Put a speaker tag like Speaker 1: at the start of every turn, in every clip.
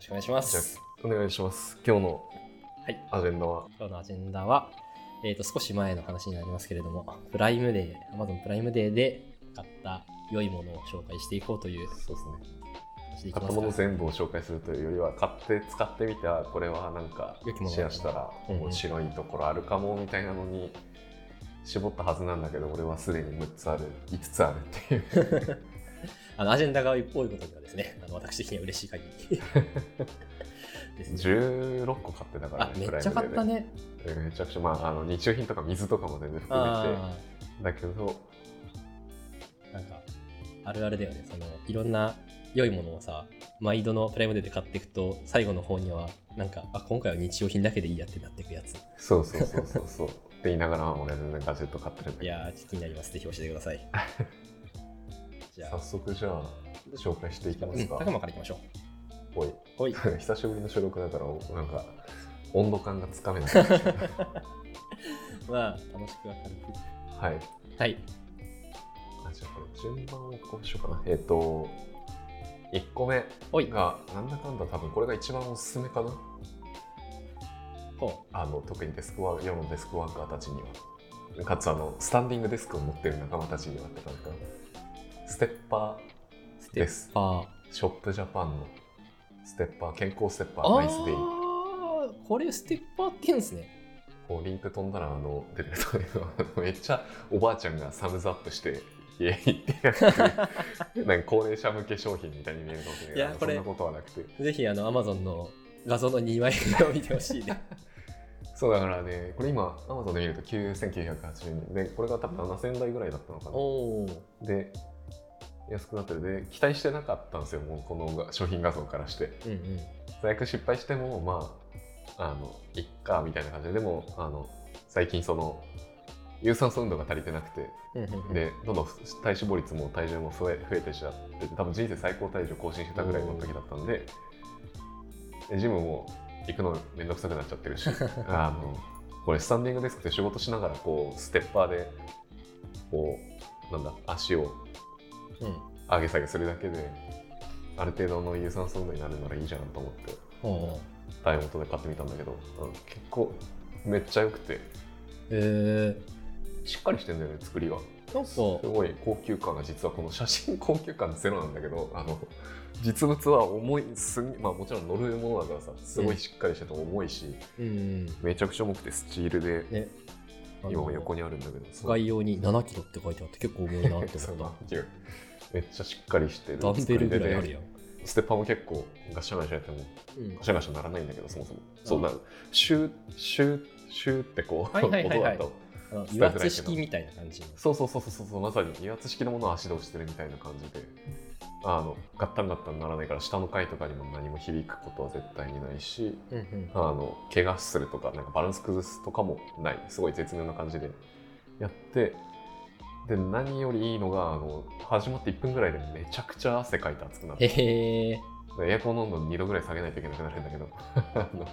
Speaker 1: しくお願いしま
Speaker 2: じゃ
Speaker 1: す。
Speaker 2: お願いします。今日の
Speaker 1: はい
Speaker 2: アジェンダは、
Speaker 1: 今日のアジェンダは、えー、と少し前の話になりますけれども、プライムデー、Amazon プライムデーで買った良いものを紹介していこうという
Speaker 2: そうで
Speaker 1: 話
Speaker 2: すね。
Speaker 1: でいき
Speaker 2: 買っ
Speaker 1: ま
Speaker 2: た
Speaker 1: す
Speaker 2: もの
Speaker 1: か。
Speaker 2: 全部を紹介するというよりは、買って使ってみた、これはなんか
Speaker 1: 良きものだね
Speaker 2: シェアしたら
Speaker 1: うん
Speaker 2: 面白いところあるかもみたいなのに絞ったはずなんだけど、俺はすでに6つある、5つあるっていう。
Speaker 1: あのアジェンダが多いことにはですね、あの私的には嬉しい限 り。ですね
Speaker 2: 16個買ってたから
Speaker 1: あ、めっちゃ買った。ね。
Speaker 2: プライムデーでめちゃくちゃ、まあ、あの日用品とか水とかも全然含めて。
Speaker 1: あ
Speaker 2: だけど、
Speaker 1: あ、なんか、あるあるだよね。その、いろんな良いものをさ、毎度のプライムデーで買っていくと、最後の方には、なんか、あ、今回は日用品だけでいいやってなってくやつ。
Speaker 2: そうそうそうそうそう。って言いながら、俺は全然ガジェット買ってるんだ
Speaker 1: い
Speaker 2: けど。
Speaker 1: やー、ちょっと気になります。ぜひ教えてください。 じゃ
Speaker 2: 早
Speaker 1: あ、
Speaker 2: 速じゃあ、紹介していきま
Speaker 1: う
Speaker 2: す
Speaker 1: ん、
Speaker 2: か。
Speaker 1: 高間からいきましょ。
Speaker 2: おいう
Speaker 1: はい。
Speaker 2: 久しぶりの収録だからなんか温度感がつかめないは
Speaker 1: まあ、楽しく明るく。
Speaker 2: い
Speaker 1: はい。
Speaker 2: あじゃあこれ順番をこうしようかなえっ、と1個目
Speaker 1: おい。
Speaker 2: がなんだかんだ多分これが一番おすすめかな
Speaker 1: ほ
Speaker 2: あの特にデスクワー世のデスクワーカーたちにはかつあのスタンディングデスクを持ってる仲間たちにはって感じかなステッパ
Speaker 1: う。ス
Speaker 2: ーで
Speaker 1: ッ
Speaker 2: す
Speaker 1: パー。
Speaker 2: ショップジャパンのステッパー健康ステッパ
Speaker 1: あ
Speaker 2: ー
Speaker 1: あ
Speaker 2: ナイスデ
Speaker 1: ー、
Speaker 2: イ
Speaker 1: これステッパーって言うんですね。
Speaker 2: こうリンク飛んだらあの出てくると思うけどあのめっちゃおばあちゃんがサムズアップして「イエイ!」ってやってるなんか高齢者向け商品みたいに見えるかもしれない
Speaker 1: いや
Speaker 2: あの
Speaker 1: これ
Speaker 2: そんなことはなくて
Speaker 1: ぜひ、あの、Amazon の画像の2枚目を見てほしい ね。
Speaker 2: そうだからねこれ今アマゾンで見ると9980円でこれが多分7000台ぐらいだったのかな
Speaker 1: おー。
Speaker 2: で安くなってるで期待してなかったんですよもうこのが商品画像からして
Speaker 1: うんうん。
Speaker 2: 最悪失敗してもまああのいっかみたいな感じででもあの最近その有酸素運動が足りてなくて
Speaker 1: うんうんうん、
Speaker 2: でどんどん体脂肪率も体重も増え増えてしちゃって多分人生最高体重更新してたぐらいの時だったんででジムも行くのめんどくさくなっちゃってるしあのこれスタンディングデスクで仕事しながらこうステッパーでこうなんだ足を
Speaker 1: うん。
Speaker 2: 上げ下げするだけである程度の有酸素運動になるならいいじゃんと思って
Speaker 1: おー。
Speaker 2: ダイモンドで買ってみたんだけど、うん結構めっちゃ良くて
Speaker 1: え
Speaker 2: しっかりしてんだよね作りが。
Speaker 1: ー、なん
Speaker 2: す
Speaker 1: か、
Speaker 2: ごい高級感が実はこの写真高級感ゼロなんだけどあの実物は重いすんまあもちろん乗るものだからさすごいしっかりしてて重いし、
Speaker 1: うんうん。
Speaker 2: めちゃくちゃ重くてスチールで
Speaker 1: ね。あの
Speaker 2: 今も横にあるんだけどそ
Speaker 1: 使い用に7キロって書いてあって結構重いなと思っ
Speaker 2: そう
Speaker 1: た。
Speaker 2: なんていうめっちゃしっかりしてる
Speaker 1: ダンベルぐらいあ
Speaker 2: 作
Speaker 1: る
Speaker 2: りで
Speaker 1: やん。
Speaker 2: ステッパーも結構ガシャガシャやっても
Speaker 1: うん
Speaker 2: ガシャガシャならないんだけどそもそもそう
Speaker 1: あ
Speaker 2: なシューシューシューってこう、
Speaker 1: はいはいはいはい
Speaker 2: 音だと
Speaker 1: あの油圧式みたいな感じの。
Speaker 2: そうそうそうそうそうまさに油圧式のものを足で押してるみたいな感じであのガッタンガッタンならないから下の階とかにも何も響くことは絶対にないし
Speaker 1: うんうん
Speaker 2: あの怪我するとかなんかバランス崩すとかもないすごい絶妙な感じでやってで何よりいいのがあの始まって1分ぐらいでめちゃくちゃ汗かいて熱くなって
Speaker 1: へえ、
Speaker 2: エアコンの温度2度ぐらい下げないといけなくなるんだけど あの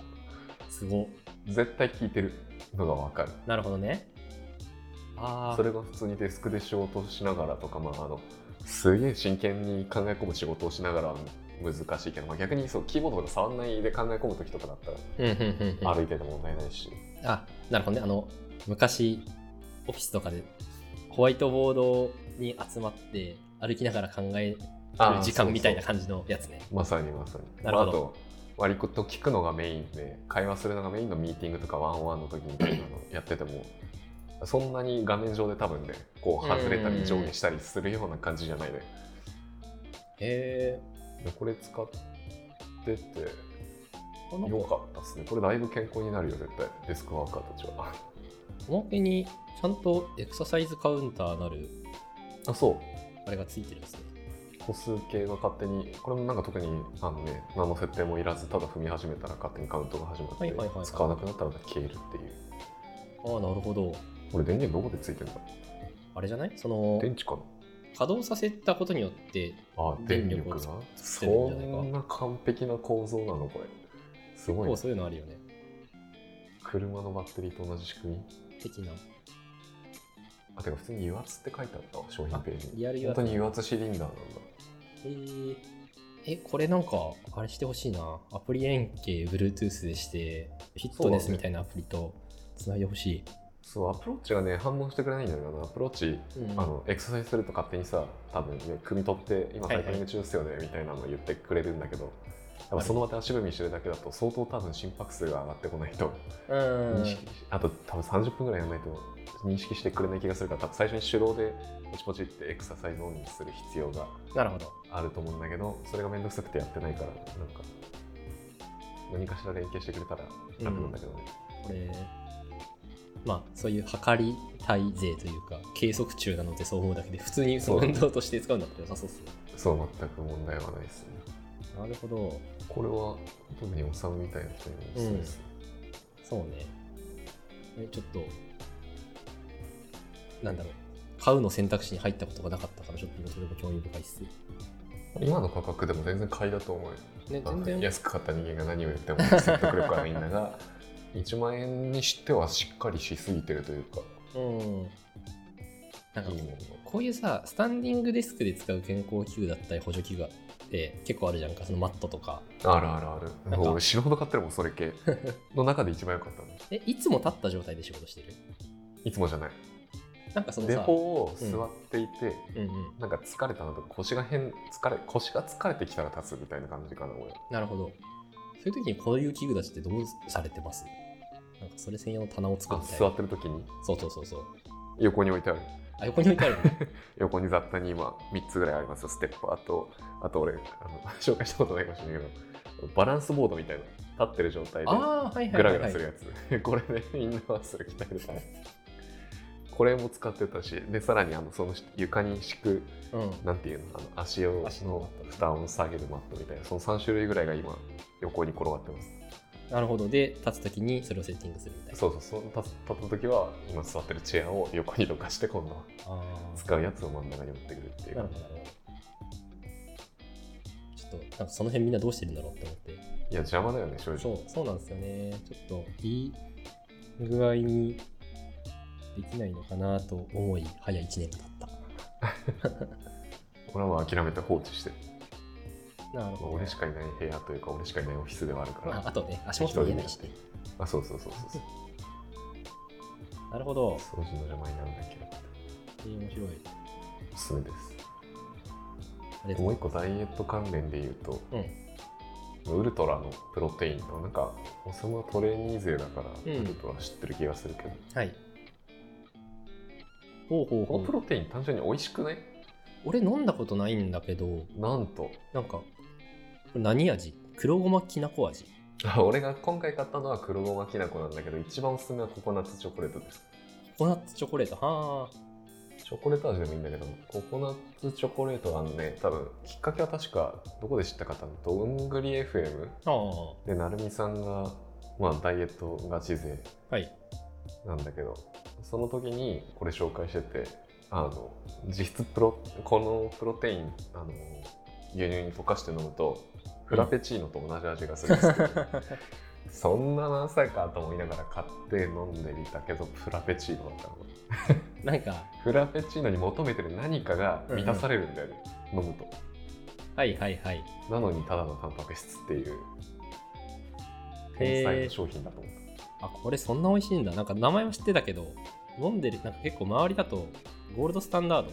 Speaker 1: すご。
Speaker 2: 絶対効いてるのが分かる。
Speaker 1: なるほどね。ああ、
Speaker 2: それが普通にデスクで仕事をしながらとか、まあ、あのすげえ真剣に考え込む仕事をしながら難しいけど、まあ、逆にそうキーボードとか触んないで考え込む時とかだった
Speaker 1: うんうんうんうん
Speaker 2: ら歩いてても問題ないし、
Speaker 1: あ、なるほどね。あの、昔、オフィスとかでホワイトボードに集まって歩きながら考える
Speaker 2: あー
Speaker 1: 時間みたいな
Speaker 2: そう
Speaker 1: 感じのやつね。
Speaker 2: そうまさにまさに
Speaker 1: なるほど
Speaker 2: まあ、あと割と聞くのがメインで会話するのがメインのミーティングとかワンオンワンの時みたいなのやっててもそんなに画面上で多分ねこう外れたり上下したりするような感じじゃないで、
Speaker 1: へえ、
Speaker 2: でこれ使ってて
Speaker 1: この
Speaker 2: よかったですね。これだいぶ健康になるよ、絶対。デスクワーカーたちは。
Speaker 1: おまけにちゃんとエクササイズカウンターなる
Speaker 2: あ、そ
Speaker 1: あれがついてるんですね。
Speaker 2: う。歩数計が勝手に、これもなんか特にあの、ね、何の設定もいらず、ただ踏み始めたら勝手にカウントが始まって、
Speaker 1: はいはいはいはい
Speaker 2: 使わなくなったら消えるっていう。
Speaker 1: ああ、なるほど。
Speaker 2: これ電源どこでついてんだ
Speaker 1: あれじゃないその、
Speaker 2: 電池かな
Speaker 1: 稼働させたことによって、
Speaker 2: あ、電
Speaker 1: 電力
Speaker 2: 力が
Speaker 1: を
Speaker 2: そ
Speaker 1: 作ってるんじゃないか
Speaker 2: んな完璧な構造なの、これ。すごい
Speaker 1: こ
Speaker 2: ね、
Speaker 1: うそういうのあるよね。
Speaker 2: 車のバッテリーと同じ仕組み。
Speaker 1: 的な。
Speaker 2: あ、てか普通に油圧って書いてあったわ商品ページに。
Speaker 1: リアル油圧
Speaker 2: 本当に油圧シリンダーなんだ。
Speaker 1: えー、ええ、これなんか、あれしてほしいな。アプリ連携、Bluetooth でして、フィットネスみたいなアプリとつないでほし
Speaker 2: そうアプローチがね反応してくれないんだよなアプローチ
Speaker 1: い。うん
Speaker 2: あのエクササイズすると勝手にさ多分ね汲み取って今
Speaker 1: はいはい
Speaker 2: サイクリング中っすよねみたいなのを言ってくれるんだけど、やっぱその場で足踏みしてるだけだと相当多分心拍数が上がってこないと
Speaker 1: うん
Speaker 2: 認識し、あと多分30分ぐらいやらないと認識してくれない気がするから多分最初に手動でポチポチってエクササイズオンにする必要が
Speaker 1: なるほど。
Speaker 2: あると思うんだけどそれが面倒くさくてやってないからなんか何かしら連携してくれたら楽なんだけどね、
Speaker 1: これ、まあ、そういう測り体税というか、計測中なのでそう思うだけで、普通にその
Speaker 2: そう
Speaker 1: 運動として使うんだったら良さそうっすね。
Speaker 2: そう全く問題はないですね
Speaker 1: なるほど。
Speaker 2: これは特におさむみたいな人にもおすすめですね、
Speaker 1: そうね。えちょっと、なんだろう。買うの選択肢に入ったことがなかったから、ちょっと今とても興味深いっす。
Speaker 2: 今の価格でも全然買いだと思うよ
Speaker 1: ね、
Speaker 2: あの
Speaker 1: 全然、
Speaker 2: 安く買った人間が何を言っても説得力はないんだが 1万円にしてはしっかりしすぎてるというか
Speaker 1: うん。なんか
Speaker 2: いいもの
Speaker 1: こういうさ、スタンディングデスクで使う健康器具だったり補助器具って結構あるじゃんか、そのマットとか。
Speaker 2: があるあるある
Speaker 1: なんか
Speaker 2: 俺死ぬほど買ってるもんそれ系の中で一番良かったの
Speaker 1: え、いつも立った状態で仕事してる
Speaker 2: いつもじゃない
Speaker 1: なんかその
Speaker 2: デ
Speaker 1: さ、
Speaker 2: フォを座っていて、
Speaker 1: うんうん、
Speaker 2: なんか疲れたなとか腰が変疲れ腰が疲れてきたら立つみたいな感じかな俺
Speaker 1: なるほど。そういう時にこういう器具たちってどうされてますなんかそれ専用の棚を作
Speaker 2: あ
Speaker 1: ったり
Speaker 2: 座。ってる時に
Speaker 1: そうそうそうそう。
Speaker 2: 横に置いてある
Speaker 1: あ、横に置いて あるの
Speaker 2: 横に雑多に今3つぐらいありますよステッパーとあと俺あの 紹介したことないかもしれないけどバランスボードみたいな立ってる状態で
Speaker 1: ああ、はいは
Speaker 2: グ
Speaker 1: いは
Speaker 2: ラ
Speaker 1: い、は
Speaker 2: グラ
Speaker 1: い
Speaker 2: するやつ、 これでみんなはそれ鍛えるためこれも使ってたしでさらにあのその床に敷く
Speaker 1: うん。
Speaker 2: なんていうのあの足用
Speaker 1: 足のマ
Speaker 2: の
Speaker 1: ット
Speaker 2: 負担を下げるマットみたいなその3種類ぐらいが今横に転がってます
Speaker 1: なるほど。で、立つ時にそれをセッティングするみたいな。
Speaker 2: そうそうそう立つ立った時は今座ってるチェアを横にどかして今度は
Speaker 1: あ
Speaker 2: 使うやつを真ん中に持ってくるってい
Speaker 1: あ。な
Speaker 2: う
Speaker 1: るほど、なるほど。ちょっと、なんかその辺みんなどうしてるんだろうって思って。
Speaker 2: いや邪魔だよね正直
Speaker 1: そう、そうなんですよね。ちょっと、いい具合にできないのかなと思い、早1年が経った。
Speaker 2: 俺はもう諦めて放置してる、
Speaker 1: なる
Speaker 2: まあ
Speaker 1: ほど。
Speaker 2: 俺しかいない部屋というか俺しかいないオフィスではあるか
Speaker 1: まあ、あ
Speaker 2: ら
Speaker 1: とね、足元見えないしね。
Speaker 2: あそうそうそうそうそう
Speaker 1: なるほど。
Speaker 2: 掃除の邪魔になるだけ
Speaker 1: えー面白い。
Speaker 2: おすすめです
Speaker 1: ありがとう
Speaker 2: も
Speaker 1: ご
Speaker 2: う
Speaker 1: ざい
Speaker 2: 一個ダイエット関連で言うと
Speaker 1: ます。
Speaker 2: ウルトラのプロテインのなんかお相撲はトレーニー勢だから、
Speaker 1: うん
Speaker 2: ウルトラ知ってる気がするけど
Speaker 1: うん。はい。ほうほうほ
Speaker 2: この
Speaker 1: う
Speaker 2: プ。ロテイン単純に美味しくない
Speaker 1: 俺飲んだことないんだけど、
Speaker 2: な んと
Speaker 1: なんか、これ何味黒ごまきなこ味。
Speaker 2: あ俺が今回買ったのは黒ごまきな粉なんだけど一番おすすめはココナッツチョコレートです
Speaker 1: ココナッツチョコレート。は
Speaker 2: チョコレート味でもいいんだけどココナッツチョコレートはあのね多分きっかけは確かどこで知ったかというとどんぐり FM
Speaker 1: あ。あ
Speaker 2: でなるみさんがまあダイエットガチ勢
Speaker 1: あ。はい。
Speaker 2: なんだけどその時にこれ紹介しててあの実質プロこのプロテインあの牛乳に溶かして飲むとフラペチーノと同じ味がするんですけど、 そんな何歳かと思いながら買って飲んでみたけどフラペチーノだったの
Speaker 1: なんか、
Speaker 2: フラペチーノに求めてる何かが満たされるんだよね、飲むと
Speaker 1: はいはいはい。
Speaker 2: なのにただのタンパク質っていう
Speaker 1: へー
Speaker 2: 天才の商品だと思う、
Speaker 1: あ、これそんな美味しいんだ。なんか名前は知ってたけど、飲んでる、なんか結構周りだと、ゴールドスタンダー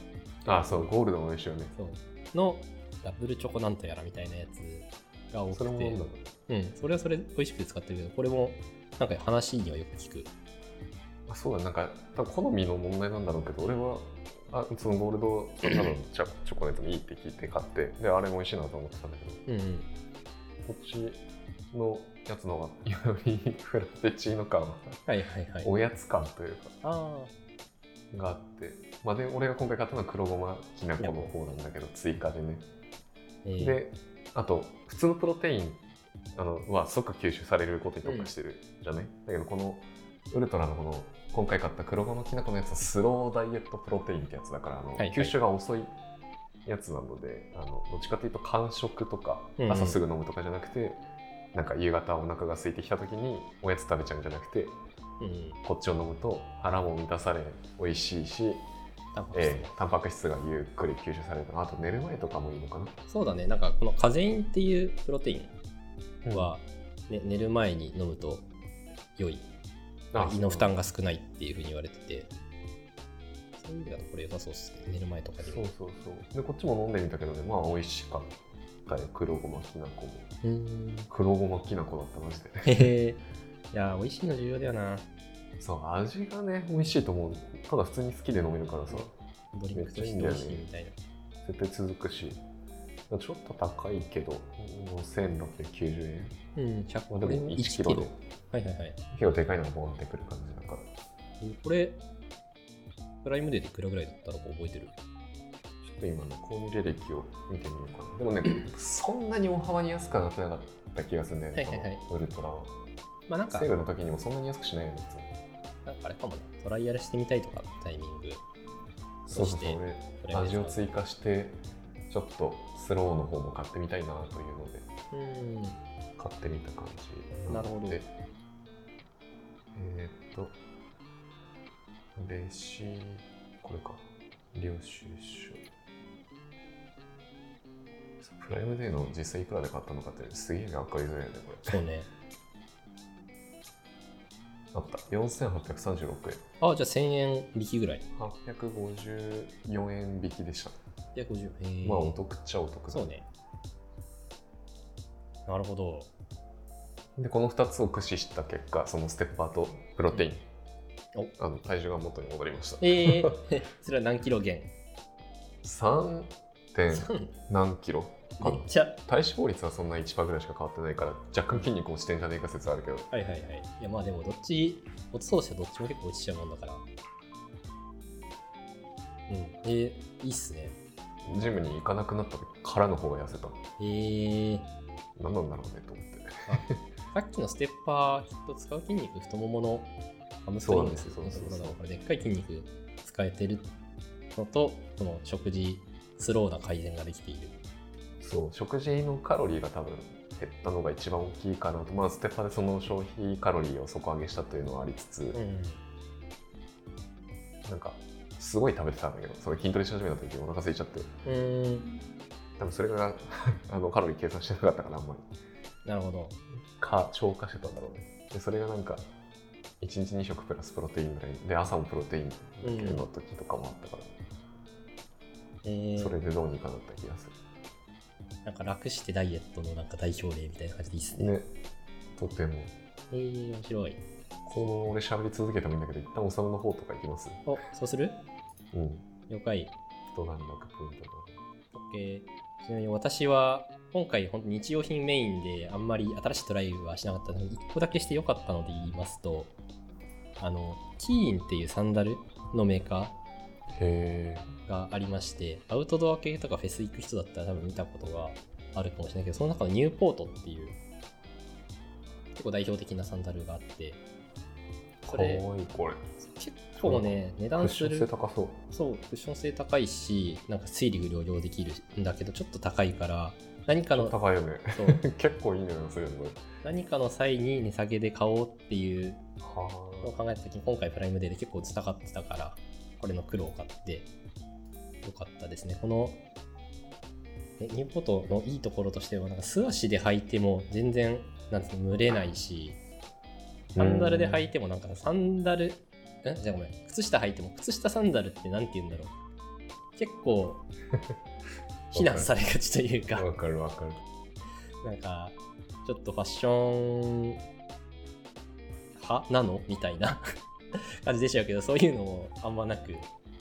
Speaker 1: ド
Speaker 2: ああそうゴールドも美味しいよね
Speaker 1: そうのダブルチョコなんとやらみたいなやつが多くて。
Speaker 2: それも飲んだの
Speaker 1: うん、それはそれ美味しくて使ってるけど、これもなんか話にはよく聞く。
Speaker 2: あそうだなんか多分好みの問題なんだろうけど俺はあそのゴ ールドそんなのチョチョコレートもいいって聞いて買ってであれも美味しいなと思ってたんだけど
Speaker 1: うんうん。
Speaker 2: こっちのやつの方がより フラペチーノ感
Speaker 1: はいはいはい。
Speaker 2: おやつ感というか
Speaker 1: あ
Speaker 2: があってまあで俺が今回買ったのは黒ごまきな粉の方なんだけど追加でね
Speaker 1: あ。えー、
Speaker 2: であと普通のプロテインあのは即吸収されることに特化してるじゃない、だけどこのウルトラのこの今回買った黒ごまきな粉のやつはスローダイエットプロテインってやつだからあの、
Speaker 1: はいはい
Speaker 2: 吸収が遅いやつなのであのどっちかというと間食とか
Speaker 1: うんうん
Speaker 2: 朝すぐ飲むとかじゃなくて、なんか夕方お腹が空いてきた時におやつ食べちゃうんじゃなくて
Speaker 1: うん。
Speaker 2: こっちを飲むと腹も満たされ美味しいし
Speaker 1: タンパク質も
Speaker 2: ええタンパク質がゆっくり吸収されるあと寝る前とかもいいのかな
Speaker 1: そうだねなんかこのカゼインっていうプロテインは、ね、寝る前に飲むと良い胃の負担が少ないっていうふうに言われててそういう意味だとこれ良さそうですね寝る前とかに
Speaker 2: そう
Speaker 1: も
Speaker 2: そうそうでこっちも飲んでみたけどねまあ美味しかったよ黒ごまきなこも
Speaker 1: うーん
Speaker 2: 黒ごまきなこだったマジで
Speaker 1: へへ いやー美味しいの重要だよな
Speaker 2: そう味がね美味しいと思うただ普通に好きで飲めるからさ
Speaker 1: ドリンクとして美味しいみたいな
Speaker 2: 絶対続くしちょっと高いけど5690円
Speaker 1: うん
Speaker 2: まあで
Speaker 1: 100
Speaker 2: も
Speaker 1: 円
Speaker 2: 1キロで
Speaker 1: はいはいはい
Speaker 2: 結構でかいのがボンってくる感じだから
Speaker 1: これプライムデーでいくらぐらいだったのか覚えてる
Speaker 2: ちょっと今の購入履歴を見てみようかな。でもね、そんなに大幅に安くはなってなかった気がするんだよね、
Speaker 1: はいはいはい
Speaker 2: このウルトラは。
Speaker 1: まあなんか
Speaker 2: セールの時にもそんなに安くしないよね、いつも
Speaker 1: なんかあれかもねトライアルしてみたいとかタイミング
Speaker 2: そうそう
Speaker 1: そして
Speaker 2: そう、
Speaker 1: プライムデー
Speaker 2: 俺、
Speaker 1: とか
Speaker 2: 味を追加して、ちょっとスローの方も買ってみたいなという
Speaker 1: う
Speaker 2: ので、
Speaker 1: ん
Speaker 2: 買ってみた感じ
Speaker 1: なるほど
Speaker 2: でえーっと、レシこれか、領収書。プライムデーの実際いくらで買ったのかってすげえ分かりづらいよね、これ。
Speaker 1: そうね
Speaker 2: あった4836円
Speaker 1: あじゃあ1000円引きぐらい
Speaker 2: 854円引きでした、
Speaker 1: 850円
Speaker 2: まあお得っちゃお得だ
Speaker 1: そうねなるほど
Speaker 2: でこの2つを駆使した結果そのステッパーとプロテイン、
Speaker 1: うん
Speaker 2: あの体重が元に戻りました
Speaker 1: えー、 それは何キロ減
Speaker 2: 3. 点
Speaker 1: 3
Speaker 2: 何キロ
Speaker 1: め
Speaker 2: かな
Speaker 1: っちゃ
Speaker 2: 体脂肪率はそんな1%ぐらいしか変わってないから若干筋肉落ちてんじゃねえか説あるけど
Speaker 1: はいはいはいいやまあでもどっち落ちそうしてどっちも結構落ちちゃうもんだからうんえー、いいっすね
Speaker 2: ジムに行かなくなった時からの方が痩せた
Speaker 1: えー、
Speaker 2: 何なんだろうねと思って
Speaker 1: さっきのステッパーきっと使う筋肉太もものハムストリングス
Speaker 2: そう
Speaker 1: の
Speaker 2: なんです
Speaker 1: と
Speaker 2: よ
Speaker 1: ころだ
Speaker 2: そうそうそう
Speaker 1: からでっかい筋肉使えてるのとこの食事スローな改善ができている
Speaker 2: そう食事のカロリーが多分減ったのが一番大きいかなとまあステッパーでその消費カロリーを底上げしたというのはありつつ、
Speaker 1: ん
Speaker 2: なんかすごい食べてたんだけどそれ筋トレし始めた時お腹空いちゃって
Speaker 1: うん
Speaker 2: 多分それが あのカロリー計算してなかったからあんまり
Speaker 1: なるほど
Speaker 2: か消化してたんだろうねでそれがなんか1日2食プラスプロテインぐらいで朝もプロテインの時とかもあったから、
Speaker 1: えー、
Speaker 2: それでどうにかなった気がす
Speaker 1: なんか楽してダイエットのなんか代表例みたいな感じでいいっす
Speaker 2: る
Speaker 1: ね
Speaker 2: ねとても
Speaker 1: えー、面白い
Speaker 2: このまま俺喋り続けてもいいんだけど一旦おさむの方とか行きます
Speaker 1: おそうする
Speaker 2: うん
Speaker 1: 了解
Speaker 2: 一段落ポイントの
Speaker 1: OK ちなみに私は今回本当日用品メインであんまり新しいトライはしなかったので1個だけしてよかったので言いますとあのキーンっていうサンダルのメーカ
Speaker 2: へえ
Speaker 1: ーがありましてアウトドア系とかフェス行く人だったら多分見たことがあるかもしれないけどその中のニューポートっていう結構代表的なサンダルがあってそ
Speaker 2: かわ
Speaker 1: れ
Speaker 2: いいこれ
Speaker 1: 結構ね値
Speaker 2: ク
Speaker 1: 段
Speaker 2: ッ
Speaker 1: す
Speaker 2: ション
Speaker 1: る
Speaker 2: 性高そう
Speaker 1: そうクッション性高いしなんか水陸両用できるんだけどちょっと高いから何かの
Speaker 2: 高いよね
Speaker 1: そう
Speaker 2: 結構いいのよそれも
Speaker 1: 何かの際に値下げで買おうっていうのを
Speaker 2: は
Speaker 1: 考えた時に今回プライムデーで結構伝かってたからこれの黒を買ってよかったですねこのねニューポートのいいところとしてはなんか素足で履いても全然なんていうの蒸れないしサンダルで履いてもなんかサンダルんじゃあごめん靴下履いても靴下サンダルってなんて言うんだろう結 構非難されがちというか
Speaker 2: あわかるわかる
Speaker 1: なんか、ちょっとファッション派なのみたいな 感じでしょうけど、そういうのもあんまなく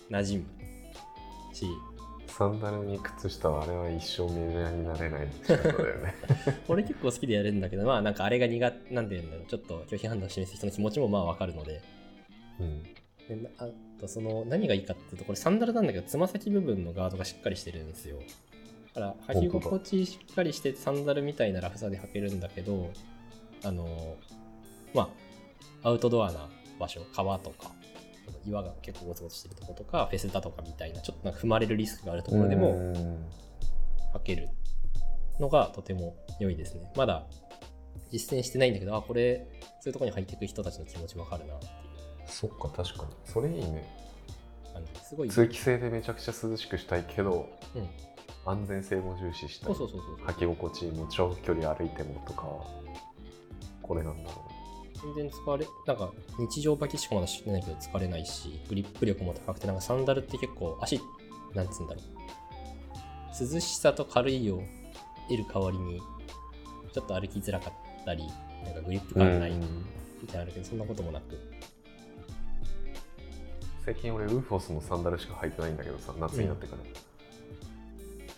Speaker 1: 馴染むし、
Speaker 2: サンダルに靴下はあれは一生メジャーになれない仕方だよ ね
Speaker 1: 俺結構好きでやるんだけど、まあなんかあれが苦手、なんて言うんだろう、ちょっと拒否反応を示す人の気持ちもまあわかるので、
Speaker 2: うん
Speaker 1: でなあとその何がいいかっていうとこれサンダルなんだけどつま先部分のガードがしっかりしてるんですよだから履き心地しっかりしてサンダルみたいなラフさで履けるんだけどあのまあアウトドアな場所川とか岩が結構ゴツゴツしてるとことかフェスだとかみたいなちょっとなんか踏まれるリスクがあるところでも
Speaker 2: うん
Speaker 1: 履けるのがとても良いですねまだ実践してないんだけどあこれそういうところに履いていく人たちの気持ちわかるなっていう
Speaker 2: そっか確かにそれいいね
Speaker 1: 感じすごい、
Speaker 2: 通気性でめちゃくちゃ涼しくしたいけど
Speaker 1: うん、
Speaker 2: 安全性も重視した
Speaker 1: そ
Speaker 2: いう
Speaker 1: そうそうそう
Speaker 2: 履き心地も長距離歩いてもとかこれなんだろ
Speaker 1: 全然疲れなんか日常履きしかまだしてないけど疲れないしグリップ力も高くてなんかサンダルって結構足なんつうんだろう涼しさと軽いを得る代わりにちょっと歩きづらかったりなんかグリップ
Speaker 2: う、
Speaker 1: 感ないみ
Speaker 2: うん
Speaker 1: たいなのあるけど、そんなこともなく
Speaker 2: 最近俺ウーフォスのサンダルしか履いてないんだけどさ夏になってか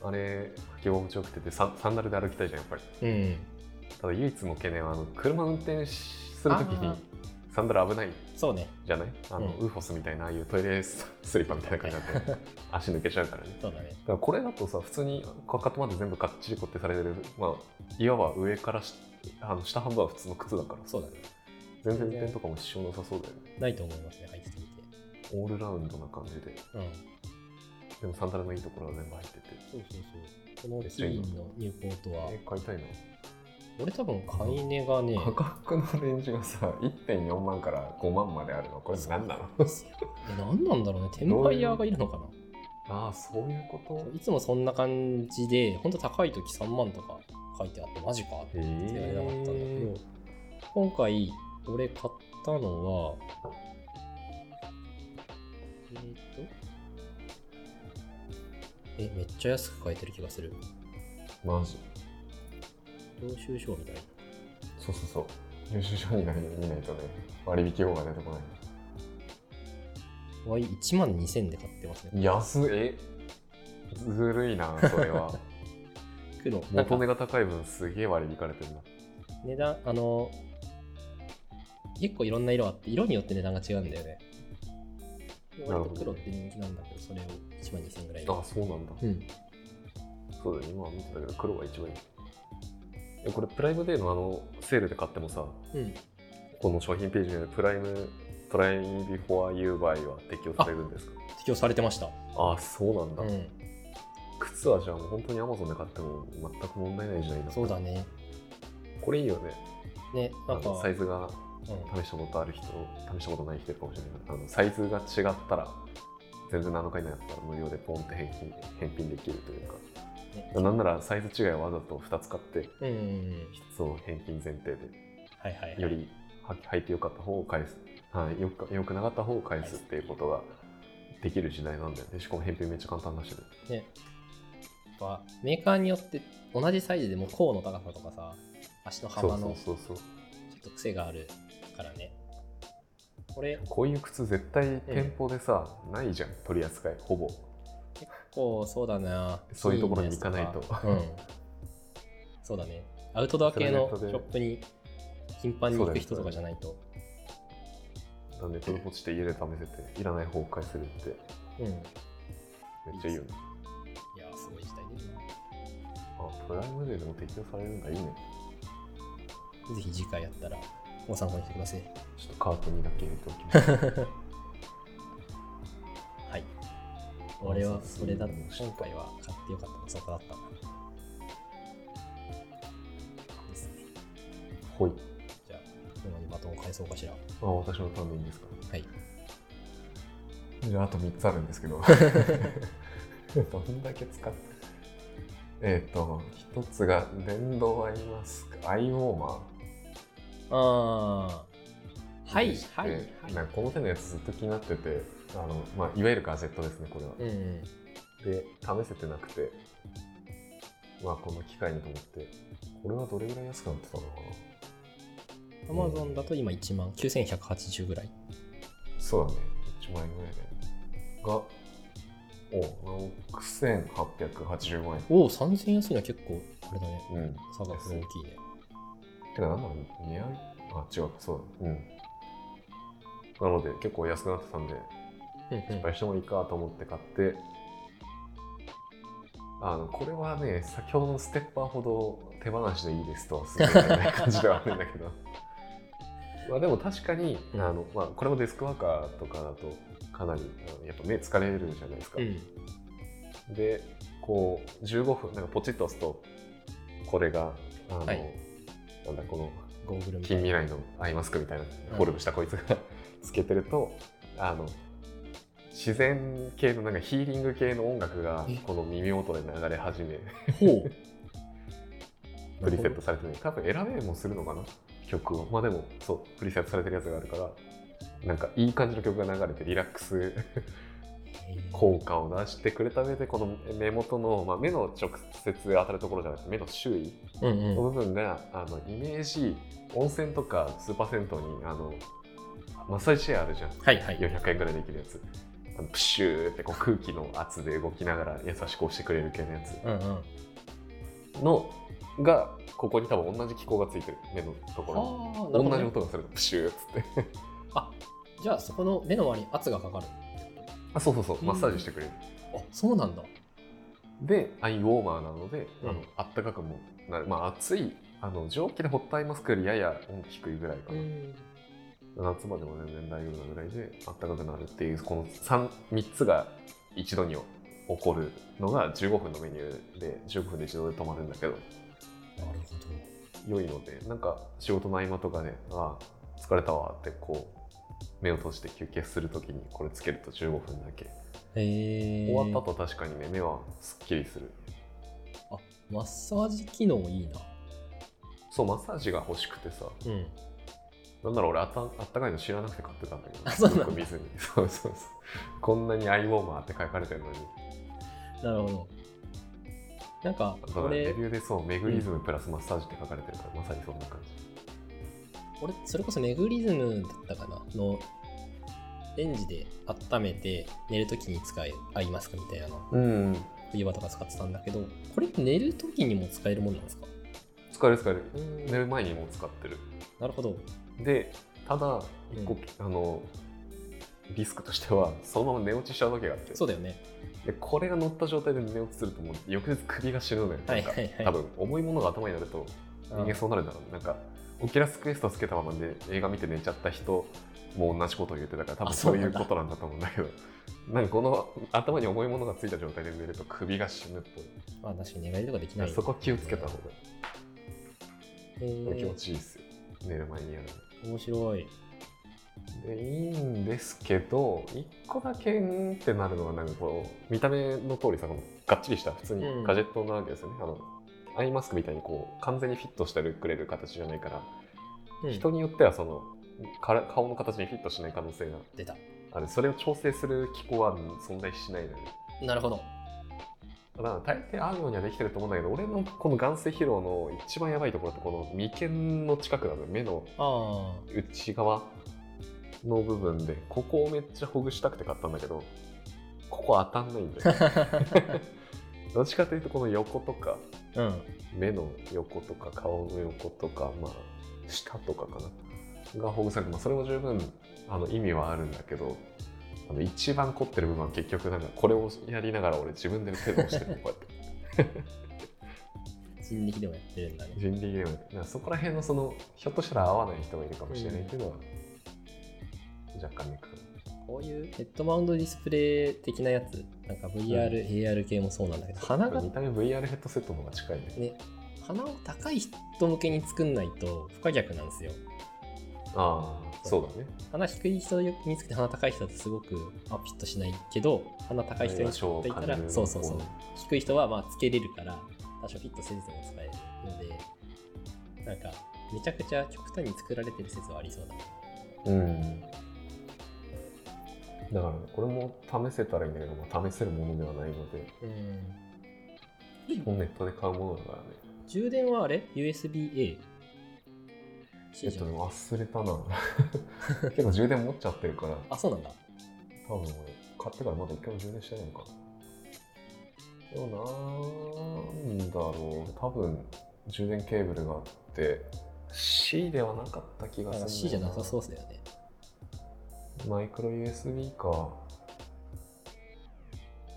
Speaker 2: ら、あれ履き心地よくててササンダルで歩きたいじゃんやっぱり
Speaker 1: うん
Speaker 2: ただ唯一の懸念はあの車運転しするとき
Speaker 1: あ
Speaker 2: に
Speaker 1: ー
Speaker 2: サンダル危ない
Speaker 1: そうね
Speaker 2: じゃないあの、
Speaker 1: うん
Speaker 2: ウーフォスみたいなああいうトイレススリッパみたいな感じになって 足抜けちゃうからね
Speaker 1: そうだね
Speaker 2: だからこれだとさ普通にかかとまで全部がっちり固定されてる、まあ、いわば上からしあの下半分は普通の靴だから
Speaker 1: そうだね
Speaker 2: 全然運転とかも支障なさそうだよね
Speaker 1: ないと思いますね入ってみて
Speaker 2: オールラウンドな感じで
Speaker 1: うん
Speaker 2: でもサンダルのいいところは全部入ってて
Speaker 1: そうそうそうこのキーンの入校とは
Speaker 2: え買いたいな
Speaker 1: 俺多分買い値がね
Speaker 2: 価格のレンジがさ1.4万から5万まであるのこれ何なの
Speaker 1: え何なんだろうねテンパイヤーがいるのかな
Speaker 2: ああそういうこと
Speaker 1: いつもそんな感じで、ほんと高い時3万とか書いてあって、マジかって
Speaker 2: へ
Speaker 1: 言ってなかったんだけど
Speaker 2: え、
Speaker 1: 今回、俺買ったのは、えーっと、え、めっちゃ安く買えてる気がする。
Speaker 2: マジ
Speaker 1: 領収書みたいな。
Speaker 2: そうそうそう領収書にない見ないとね割引用が出てこない
Speaker 1: わい、1万2000で買ってますね。
Speaker 2: 安えずるいなそれ は
Speaker 1: 黒。なんか
Speaker 2: 元値が高い分すげえ割り引かれてるな
Speaker 1: 値段、あの、結構いろんな色あって、色によって値段が違うんだよね。割と黒って人気なんだけど、それを1万2000ぐらいで。
Speaker 2: あそうなんだ
Speaker 1: うん。
Speaker 2: そうだよ今見てたけど黒が一番いいえこれプライムデーのあのセールで買ってもさ
Speaker 1: うん。
Speaker 2: この商品ページにあるプライムトライビフォアユーバイは適用されるんですか
Speaker 1: 適用されてました。
Speaker 2: ああそうなんだ、
Speaker 1: うん。
Speaker 2: 靴はじゃあもう本当に Amazon で買っても全く問題ない時代だ
Speaker 1: そうだね。
Speaker 2: これいいよね
Speaker 1: ね、
Speaker 2: あ
Speaker 1: なんか、
Speaker 2: のサイズが
Speaker 1: う
Speaker 2: 試したことある人試したことない人いるかもしれないけどあのサイズが違ったら全然7日以内だったら無料でポンって返金返品できるというか
Speaker 1: ん。
Speaker 2: なんならサイズ違いをわざと2つ買って
Speaker 1: うんうんうん。
Speaker 2: そう返金前提
Speaker 1: はいはい、はい。
Speaker 2: でよりは履いてよかった方を返す、はい、よくよくなかった方を返すっていうことができる時代なんだよねしかも返品めっちゃ簡単だし
Speaker 1: ね。
Speaker 2: ね
Speaker 1: やっぱメーカーによって同じサイズでも甲の高さとかさ、足の
Speaker 2: そう
Speaker 1: 幅
Speaker 2: そう
Speaker 1: の
Speaker 2: そうそう
Speaker 1: ちょっと癖があるからね。これ、
Speaker 2: こういう靴絶対店舗でさ、ないじゃん取り扱いほぼ
Speaker 1: 結構そうだな。
Speaker 2: そういうところに行かないと
Speaker 1: いいやつかうん。そうだね。アウトドア系のシ
Speaker 2: それ
Speaker 1: ョ
Speaker 2: ネッ
Speaker 1: ッ
Speaker 2: トで
Speaker 1: プに頻繁に行く人とかじゃないと。
Speaker 2: なんで取り落ちて家で試せていらない方を返せるって
Speaker 1: うん。い
Speaker 2: めっちゃいいよね
Speaker 1: や、すごい時代ですな。
Speaker 2: あプライムデーでも適用されるんだいいね
Speaker 1: ぜひ次回やったらご参考にしてください。
Speaker 2: ちょっとカートにだけ入れておきます
Speaker 1: はい。俺はそれだ
Speaker 2: そうそうそう
Speaker 1: 今回は買ってよかったそこだったな。ですね。
Speaker 2: ほい
Speaker 1: じゃあ、今にバトンを返そうかしら。は
Speaker 2: あ私のターンでいいんですか
Speaker 1: い。
Speaker 2: じゃああと3つあるんです けどどんだけ使ってえっ、と1つが電動アイマスクアイウォーマ
Speaker 1: あー。
Speaker 2: ー
Speaker 1: はい
Speaker 2: でし、て
Speaker 1: はい、はい。
Speaker 2: なんかこの手のやつずっと気になっててあの、まあ、いわゆるガジェットですねこれは、
Speaker 1: うんうん。
Speaker 2: で試せてなくてまあこの機会にと思ってこれはどれぐらい安くなってたのかな
Speaker 1: アマゾンだと今1万9180ぐらい。
Speaker 2: そうだね1万円ぐらいでがお6885円
Speaker 1: おお、3000円安いのは結構、あれだね。
Speaker 2: うん
Speaker 1: 差が大きいね。
Speaker 2: てか何だろう似合いあ違うそうだうんなので結構安くなってたんで
Speaker 1: うんうん
Speaker 2: 失敗してもいいかと思って買って、あのこれはね先ほどのステッパーほど手放しでいいですとはすごい言えない感じではあるんだけど まあでも確かに、
Speaker 1: うん
Speaker 2: あのまあ、これもデスクワーカーとかだとかなりあのやっぱ目疲れるじゃないですか、
Speaker 1: うん。
Speaker 2: でこう15分なんかポチッと押すとこれがあの、
Speaker 1: はい
Speaker 2: なんだこの
Speaker 1: ゴーグルみた
Speaker 2: 近
Speaker 1: い
Speaker 2: 未
Speaker 1: な。
Speaker 2: 来のアイマスクみたいなフォルムしたこいつがつけてるとあの自然系のなんかヒーリング系の音楽がこの耳元で流れ始め
Speaker 1: ほう。
Speaker 2: プリセットされてる多分選べもするのかな曲をまあでもそうプリセットされてるやつがあるからなんかいい感じの曲が流れてリラックス効果を出してくれた上でこの目元の、まあ、目の直接当たるところじゃなくて目の周囲
Speaker 1: うんうん
Speaker 2: の部分が、あのイメージ温泉とかスーパー銭湯にあのマッサージチェアあるじゃん
Speaker 1: はいはい。
Speaker 2: 400円ぐらいできるやつあのプシューってこう空気の圧で動きながら優しく押してくれる系のやつ
Speaker 1: うんうん。
Speaker 2: のがここに多分同じ機構がついてる目のところ
Speaker 1: ああ、なるほ
Speaker 2: 同じ
Speaker 1: どね。
Speaker 2: 音がするプシューっつって
Speaker 1: じゃあそこの目の周りに圧がかかる。
Speaker 2: あそうそうそう
Speaker 1: うん
Speaker 2: マッサージしてくれる、
Speaker 1: あそうなんだ。
Speaker 2: でアイウォーマーなので、あ
Speaker 1: うん
Speaker 2: のあったかくもなるまあ暑いあの蒸気でホットアイマスクよりやや温度低いぐらいかな、夏までも全然大丈夫なぐらいであったかくなるっていうこの 3, 3つが一度に起こるのが15分のメニューで15分で一度で止まるんだけど
Speaker 1: なる
Speaker 2: 良いのでなんか仕事の合間とかで「ああ疲れたわ」ってこう目を閉じて休憩するときにこれつけると15分だけ
Speaker 1: ほど。へえ。
Speaker 2: 終わった後確かにね目はすっきりする
Speaker 1: マッサージ機能いいな。
Speaker 2: そうマッサージが欲しくてさ
Speaker 1: うん。
Speaker 2: なんだろう俺あったあったかいの知らなくて買ってたんだけど
Speaker 1: あそうなんだ
Speaker 2: よく見ずに そうそうそうこんなにアイウォーマーって書かれてるのに
Speaker 1: なるほど。なんか
Speaker 2: だからレ
Speaker 1: 俺
Speaker 2: ビューでそうメグリズムプラスマッサージって書かれてるから、まさにそんな感じ
Speaker 1: 俺それこそメグリズムだったかなのレンジで温めて寝るときに使え合いますかみたいなの
Speaker 2: うん
Speaker 1: 冬場とか使ってたんだけどこれ寝るときにも使えるもんなんですか
Speaker 2: 疲れる疲れる寝る前にもう使ってる
Speaker 1: なるほど。
Speaker 2: でただ
Speaker 1: うん
Speaker 2: 一個、あのリスクとしてはそのまま寝落ちしちゃうわけがあって
Speaker 1: そうだよね。
Speaker 2: でこれが乗った状態で寝落ちするともう翌日首が死ぬのよ、
Speaker 1: はい
Speaker 2: なんか
Speaker 1: はいはい
Speaker 2: 多分重いものが頭になると人間そうなるんだろうねなんかオキュラスクエストつけたままで映画見て寝ちゃった人も同じことを言ってたから多
Speaker 1: あ
Speaker 2: 分
Speaker 1: そ
Speaker 2: そうう
Speaker 1: ないん
Speaker 2: う
Speaker 1: だ
Speaker 2: ことなんだと思うんだけどなんかこの頭に重いものがついた状態で寝ると首が死ぬっぽい
Speaker 1: まあ確かに寝返りとかできない。
Speaker 2: そこ気をつけた方が
Speaker 1: へ
Speaker 2: 気持
Speaker 1: ー
Speaker 2: ちいいですよ寝る前にやる
Speaker 1: 面白い。
Speaker 2: のでいいんですけど1個だけんってなるのはなんかこう見た目の通りさこのがっちりした普通に
Speaker 1: うん
Speaker 2: ガジェットなわけですよね、あのアイマスクみたいにこう完全にフィットしてくれる形じゃないから、
Speaker 1: うん
Speaker 2: 人によってはそのから顔の形にフィットしない可能性が
Speaker 1: 出た。
Speaker 2: あるそれを調整する機構は存在しないのよ
Speaker 1: なるほど。
Speaker 2: だから大抵合うようにはできてると思うんだけど俺のこの眼性疲労の一番やばいところってこの眉間の近くなのよ目の
Speaker 1: あ
Speaker 2: 内側の部分でここをめっちゃほぐしたくて買ったんだけどここ当たんないん だよどっちかというとこの横とか
Speaker 1: あ。うん。
Speaker 2: 目の横とか顔の横とかまあ舌とかかながほぐされて、まあ、それも十分あの意味はあるんだけどあの一番凝ってる部分は結局なんかこれをやりながら俺自分で手で押してるこうやって
Speaker 1: 人力でもやってるんだね。
Speaker 2: 人力ゲームだからそこら辺のそのひょっとしたら合わない人がいるかもしれないっていうのは、若干ね
Speaker 1: こういうヘッドマウンドディスプレイ的なやつ、なんか VR、
Speaker 2: うん
Speaker 1: AR 系もそうなんだけど、鼻が
Speaker 2: 見、た目 VR ヘッドセットの方が近いね
Speaker 1: ね、鼻を高い人向けに作んないと不可逆なんですよ。
Speaker 2: ああそうだね
Speaker 1: 鼻低い人につけて鼻高い人だとすごくあピッとしないけど、鼻高い人につけていたら、そうそうそう。低い人はまあつけれるから多少フィットせずとも使えるのでなんかめちゃくちゃ極端に作られてる説はありそうだ
Speaker 2: うんだからこれも試せたらいいんだけど、まあ、試せるものではないので
Speaker 1: うん
Speaker 2: 基本ネットで買うものだからね
Speaker 1: 充電はあれ ?USB-A?
Speaker 2: えっとね忘れたな結構充電持っちゃってるから
Speaker 1: あそうなんだ
Speaker 2: 多分俺買ってからまだ一回も充電してないのかでもなんだろう多分充電ケーブルがあって C ではなかった気がするんだよ
Speaker 1: C じゃなさそうですよね
Speaker 2: マイクロ USB か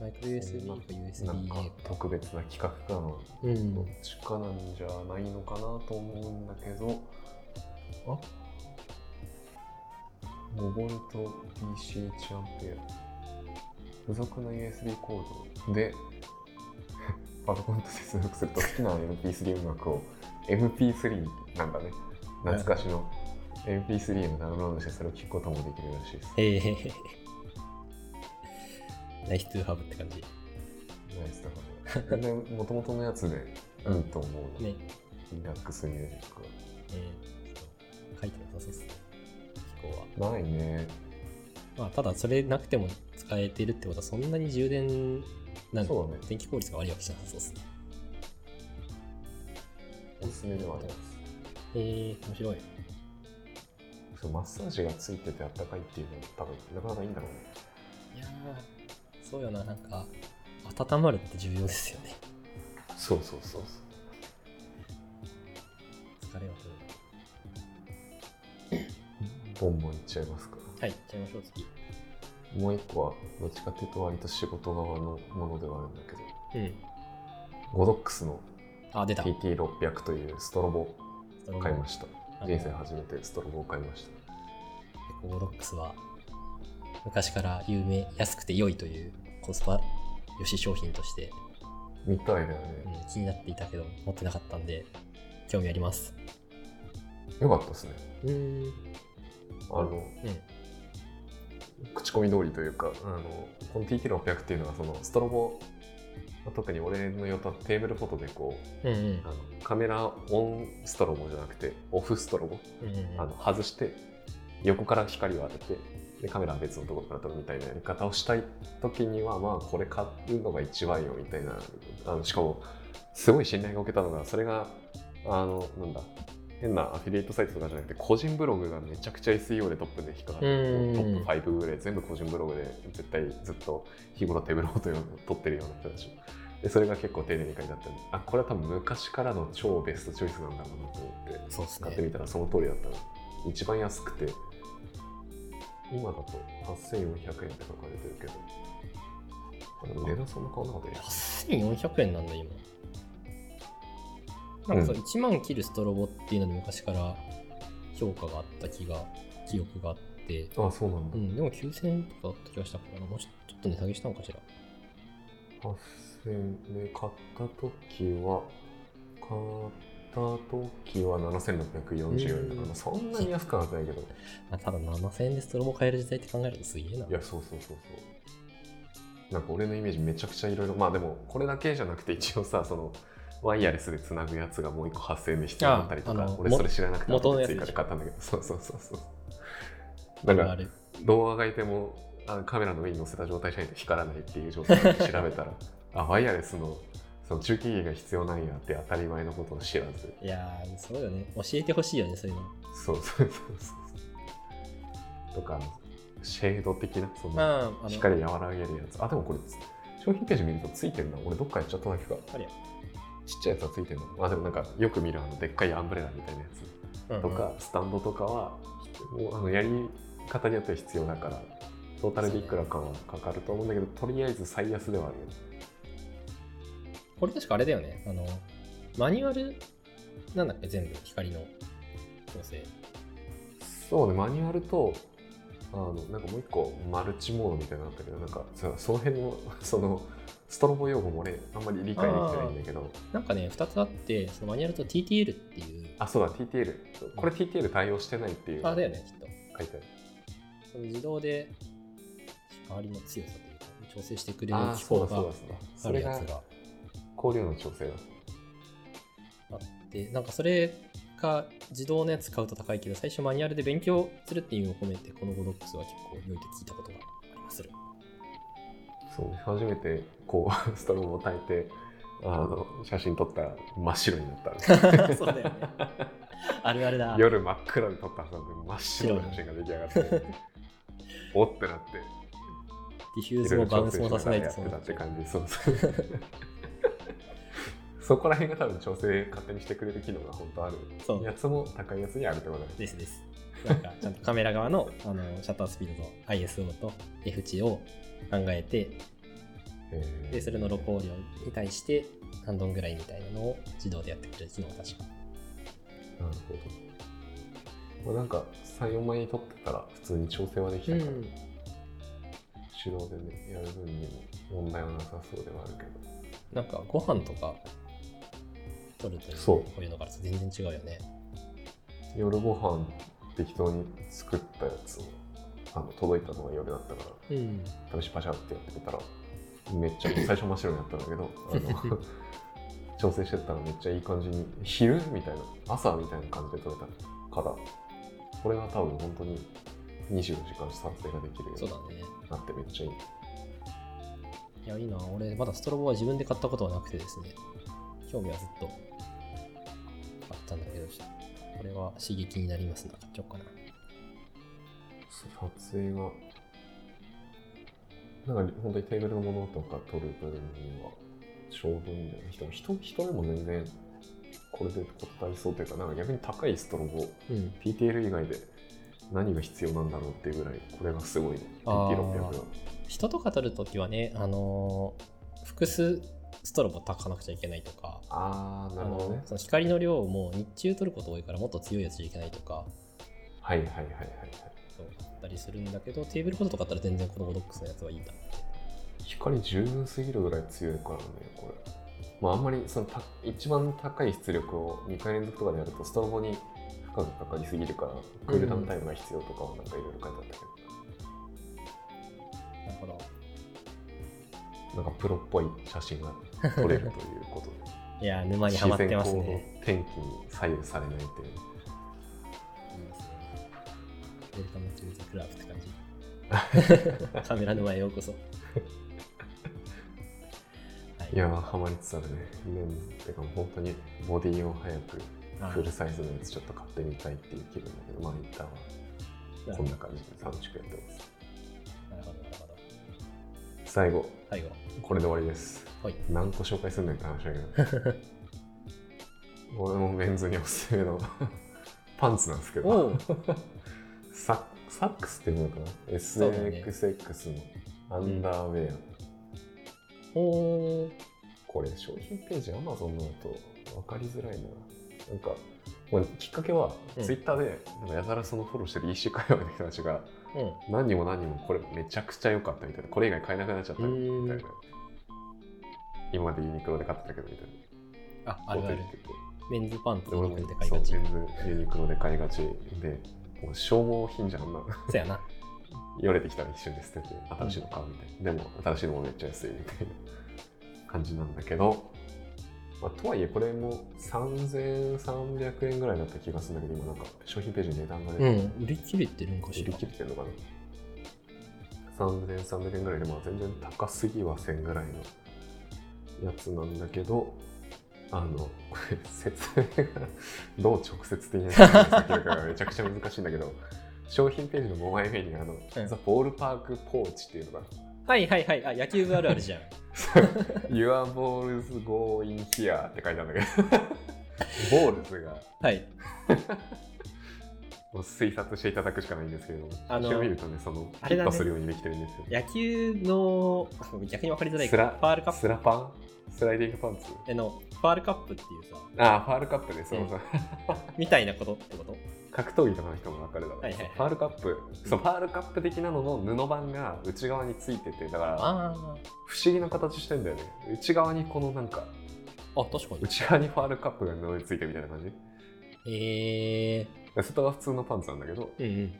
Speaker 1: マイクロ USB か
Speaker 2: なんか
Speaker 1: USB-A か
Speaker 2: 特別な企画かの
Speaker 1: うん
Speaker 2: どっちかなんじゃないのかなと思うんだけどあモボルト DC1 アンペア付属の USB コードで パソコンと接続すると好きな MP3 音楽を MP3 なんだね懐かしの MP3 をダウンロードしてそれを聴くこともできるらしいです
Speaker 1: へえナイストゥーハブって感じ。
Speaker 2: ナイスだから。みんなもともとのやつでいいと思う。
Speaker 1: ね。
Speaker 2: リラックスミュージック
Speaker 1: えーちょっと書いてなさそうですね。気候は。
Speaker 2: は。ないね。
Speaker 1: まあ、ただそれなくても使えてるってことはそんなに充電なんで
Speaker 2: そうだね
Speaker 1: 電気効率が悪いわけじゃなさそうですね。
Speaker 2: おすすめではあります。
Speaker 1: えー、面白い。
Speaker 2: そうマッサージがついててあったかいっていうのは多分なかなかいいんだろうね。
Speaker 1: いやーそうよな、なんか、温まるって重要ですよね。
Speaker 2: そうそうそう
Speaker 1: 疲れを取る。
Speaker 2: そう。ボンボンいっちゃいますか。
Speaker 1: はい、行っちゃいましょう、次。
Speaker 2: もう一個はどっちかっていうと割と仕事側のものではあるんだけど、
Speaker 1: うん。
Speaker 2: ゴドックスの
Speaker 1: あ、出た。
Speaker 2: TT600 というストロボ
Speaker 1: その
Speaker 2: 買いました。
Speaker 1: あの
Speaker 2: 人生初めてストロボを買いました。
Speaker 1: 結構ゴロックスは昔から有名安くて良いというコスパ良し商品として、
Speaker 2: みたいだよ
Speaker 1: う
Speaker 2: ね。
Speaker 1: ん、気になっていたけど持ってなかったんで興味あります
Speaker 2: よかったですね。
Speaker 1: うーん
Speaker 2: あの、口コミ通りというか、あのこの TT600 っていうのはそのストロボ、まあ特に俺の用途はテーブルフォトでこう、
Speaker 1: うんうん
Speaker 2: あのカメラオンストロボじゃなくてオフストロボ、
Speaker 1: うんうん
Speaker 2: あの外して横から光を当ててでカメラは別のところから撮るみたいなやり方をしたい時にはまあこれ買うのが一番よみたいなあのしかもすごい信頼が受けたのがそれがあのなんだ変なアフィリエイトサイトとかじゃなくて個人ブログがめちゃくちゃ SEO でトップで引っかかって
Speaker 1: うん
Speaker 2: トップ5ぐらい全部個人ブログで絶対ずっと日頃手ブログというのを撮ってるような人たちでそれが結構丁寧に書いてあったんであこれは多分昔からの超ベストチョイスなんだろうなと思って
Speaker 1: そうです
Speaker 2: 買って
Speaker 1: ね
Speaker 2: みたらその通りだったの一番安くて今だと8400円って書かれてるけどあでも値段そんな変わらなかったね
Speaker 1: 8400円なんだ今なんかさ、1万切るストロボっていうので昔から評価があった気が記憶があって
Speaker 2: ああそうなん
Speaker 1: う
Speaker 2: だ、
Speaker 1: んでも9000円とかだった気がしたからもうちょちょっと値下げしたのかしら
Speaker 2: 8000円で買った時は買った時は7640円だから、
Speaker 1: うん
Speaker 2: そんなに安くはないけど。
Speaker 1: まあ、ただ7000円でストロボ買える時代って考えるとすげえない
Speaker 2: やそうそうそうそうなんか俺のイメージめちゃくちゃいろいろまあでもこれだけじゃなくて一応さそのワイヤレスでつなぐやつがもう一個8000円で必要だったりと
Speaker 1: ああ
Speaker 2: か
Speaker 1: の
Speaker 2: 俺
Speaker 1: も
Speaker 2: それ知らなくて
Speaker 1: 元のやつ
Speaker 2: 追加で買ったんだけどそうそうそうそうなん
Speaker 1: あ
Speaker 2: か
Speaker 1: る
Speaker 2: 動画がいてもあカメラの上に乗せた状態じゃないと光らないっていう状態で調べたら あワイヤレスのその中継源が必要なんやって当たり前のことを知らず
Speaker 1: いやー、そうよね。教えてほしいよね、そういうの。
Speaker 2: そうそうそうそうとかシェード的なその
Speaker 1: まあ、あの、
Speaker 2: 光和らげるやつあでもこれ商品ページ見るとついてるな俺どっかやっちゃっただけか
Speaker 1: あれや
Speaker 2: ちっちゃいやつはついてるのあでもなんかよく見るあのでっかいアンブレラみたいなやつ
Speaker 1: うん
Speaker 2: とか、スタンドとかはもうあのやり方によっては必要だからトータルでいくらかはかかると思うんだけどとりあえず最安ではあるよね
Speaker 1: これ確かあれだよね。あの、マニュアル、なんだっけ、全部、光の調整。
Speaker 2: そうねマニュアルとあのなんかもう一個マルチモードみたいなのあったけどなんかそその辺の そのストロボ用語も俺あんまり理解できてないんだけど
Speaker 1: なんかね、2つあって、そのマニュアルと TTL っていう、
Speaker 2: あそうだ TTL これ TTL 対応してないっていう
Speaker 1: あだよね、きっと。
Speaker 2: 書いてある
Speaker 1: その自動で、光の強さというか、調整してくれる
Speaker 2: あー
Speaker 1: 機
Speaker 2: そ
Speaker 1: 構
Speaker 2: うだそうだ
Speaker 1: が
Speaker 2: そうだ
Speaker 1: あ
Speaker 2: そ
Speaker 1: る
Speaker 2: れ
Speaker 1: や
Speaker 2: が
Speaker 1: つが
Speaker 2: 香料の調整だ
Speaker 1: あって、なんかそれが自動のやつ買うと高いけど、最初マニュアルで勉強するっていう意味を込めて、このゴドックスは結構良いと聞いたことがありまする。
Speaker 2: そう初めてこう ストロボを焚いてあの写真撮ったら真っ白になった
Speaker 1: そうだよね。あるあるだ。
Speaker 2: 夜真っ暗で撮ったはずなんで真っ白な写真が出来上がっておってなって
Speaker 1: ディフューズもバウンスもさせないと
Speaker 2: そ
Speaker 1: そうう
Speaker 2: な
Speaker 1: な
Speaker 2: っ
Speaker 1: ってちゃう
Speaker 2: 感じそうそう そこら辺が多分調整勝手にしてくれる機能が本当ある
Speaker 1: そう
Speaker 2: やつも高いやつにあるってことだね
Speaker 1: ですです。なんかちゃんとカメラ側のあのシャッタースピードと ISO と F 値を考えて
Speaker 2: へー
Speaker 1: でそれの露光量に対して何ドンぐらいみたいなのを自動でやってくれる機能が確か
Speaker 2: なるほど。まあ、なんか34枚撮ってたら普通に調整はできたから、手動でねやる分にも問題はなさそうではあるけど
Speaker 1: なんかご飯とか撮ると
Speaker 2: そう
Speaker 1: こういうのから全然違うよね
Speaker 2: 夜ご飯適当に作ったやつをあの届いたのが夜だったから
Speaker 1: うん
Speaker 2: 試しパシャってやってたらめっちゃ最初真っ白になったんだけどあの調整してったらめっちゃいい感じに昼みたいな朝みたいな感じで撮れたからこれは多分本当に24時間撮影ができるよう
Speaker 1: そう
Speaker 2: に
Speaker 1: だね。
Speaker 2: なってめっちゃいい
Speaker 1: いや、いいな。俺、まだストロボは自分で買ったことはなくてですね。興味はずっとあったんだけど、ちょっとこれは刺激になりますな。買っちゃおうかな。
Speaker 2: 撮影がなんか本当にテーブルのものとか撮る分にはちょうどいいんだよね人人人でも全然これで答えそうというかなんか逆に高いストロボ
Speaker 1: うん。
Speaker 2: PTL 以外で何が必要なんだろうっていうぐらいこれがすごいね
Speaker 1: あー
Speaker 2: PT600 が
Speaker 1: 人とか撮るときはね、あのー複数ストロボ炊かなくちゃいけないとか、
Speaker 2: ああな
Speaker 1: あ
Speaker 2: るほど
Speaker 1: の
Speaker 2: ね
Speaker 1: その光の量も日中撮ること多いからもっと強いやつじゃいけないとか、
Speaker 2: はいはいはいはいはい
Speaker 1: そうあったりするんだけど、テーブルフォトとかだったら全然このボドックスのやつはいいんだ。
Speaker 2: 光十分すぎるぐらい強いからねこれまああんまりそのた一番高い出力を2回連続とかでやるとストロボに負荷がかかりすぎるからクールダウンタイムが必要とかはなんかいろいろ書いてあったけど、
Speaker 1: なるほど。
Speaker 2: なんかプロっぽい写真が撮れるということで
Speaker 1: いやー、沼には まってますね。
Speaker 2: 自然光の天気に左右されないという
Speaker 1: いいですね。ウェルカムトゥーザクラブって感じ。 カメラの前へようこそ。はい、
Speaker 2: いやーハマりつつあるねねてかもう本当にボディを早く
Speaker 1: あ
Speaker 2: フルサイズのやつちょっと買ってみたいっていう気分だけどまあ一旦は
Speaker 1: なる
Speaker 2: こ
Speaker 1: ほ
Speaker 2: ん
Speaker 1: ど、
Speaker 2: な感じで楽しくやってます
Speaker 1: なるほどなるほど。
Speaker 2: 最後
Speaker 1: 最後、
Speaker 2: これで終わりです
Speaker 1: はい。
Speaker 2: 何個紹介すんねんって話だけど 俺もメンズにおすすめの パンツなんですけ
Speaker 1: お
Speaker 2: ど
Speaker 1: お、
Speaker 2: ササックスっていうのかな、
Speaker 1: うだね
Speaker 2: SXX のアンダーウェア、
Speaker 1: おー
Speaker 2: これ商品ページ Amazon のだと分かりづらいななんかこれきっかけは
Speaker 1: うん
Speaker 2: Twitter でなんかやたらそのフォローしてる EC 界隈の人たちが
Speaker 1: うん。
Speaker 2: 何にも何にもこれめちゃくちゃ良かったみたいなこれ以外買えなくなっちゃったみたいな今までユニクロで買ってたけどみたいな
Speaker 1: あ、あるある。メンズパンツ
Speaker 2: で
Speaker 1: を
Speaker 2: 俺
Speaker 1: 肉
Speaker 2: も
Speaker 1: で買いがち
Speaker 2: そ。う全部ユニクロで買いがちでもう消耗品じゃんあんな
Speaker 1: そうやな。
Speaker 2: よれてきたら一瞬で捨てて新しいの買うみたいな、でも新しいのもめっちゃ安いみたいな感じなんだけど、まあ、とはいえこれも3300円ぐらいだった気がするんだけど今なんか商品ページに値段が出て
Speaker 1: う
Speaker 2: て、
Speaker 1: ん。売り切れてるんか
Speaker 2: 売
Speaker 1: し
Speaker 2: り
Speaker 1: ら。
Speaker 2: 切れてるのかな3300円ぐらいで、まあ、全然高すぎはせんぐらいのやつなんだけどあの これ説明がどう直接的に説明するかがめちゃくちゃ難しいんだけど商品ページの5枚目にあの、
Speaker 1: ん
Speaker 2: ザ・ボールパークポーチっていうのが
Speaker 1: はいはいはい。あ、野球部あるあるじゃん。
Speaker 2: 「Your balls go in here」って書いてあるんだけど ボールズが
Speaker 1: はい。
Speaker 2: もう推察していただくしかないんですけれども
Speaker 1: あの
Speaker 2: 一応見るとねその
Speaker 1: あ
Speaker 2: キ
Speaker 1: れだ
Speaker 2: ッ
Speaker 1: ね
Speaker 2: パするようにできてるんですよ、
Speaker 1: 野球の、逆に分かりづらい
Speaker 2: ス
Speaker 1: けど
Speaker 2: ラ
Speaker 1: パールカッ
Speaker 2: スラパンスライディングパンツ
Speaker 1: プ、あの、パールカップっていうさ、
Speaker 2: ああ、ファールカップね、そううん そう。
Speaker 1: みたいなことってこと
Speaker 2: 格闘技とかの人も分かるだろう、
Speaker 1: はいはいはい
Speaker 2: ファールカップ、そう、ファールカップ的なのの布版が内側についてて、だから、
Speaker 1: あ
Speaker 2: 不思議な形してんだよね。内側にこのなんか、
Speaker 1: あ。あ、確かに。
Speaker 2: 内側にファールカップが布についてるみたいな感じ。
Speaker 1: え
Speaker 2: 外は普通のパンツなんだけど、
Speaker 1: ー、うん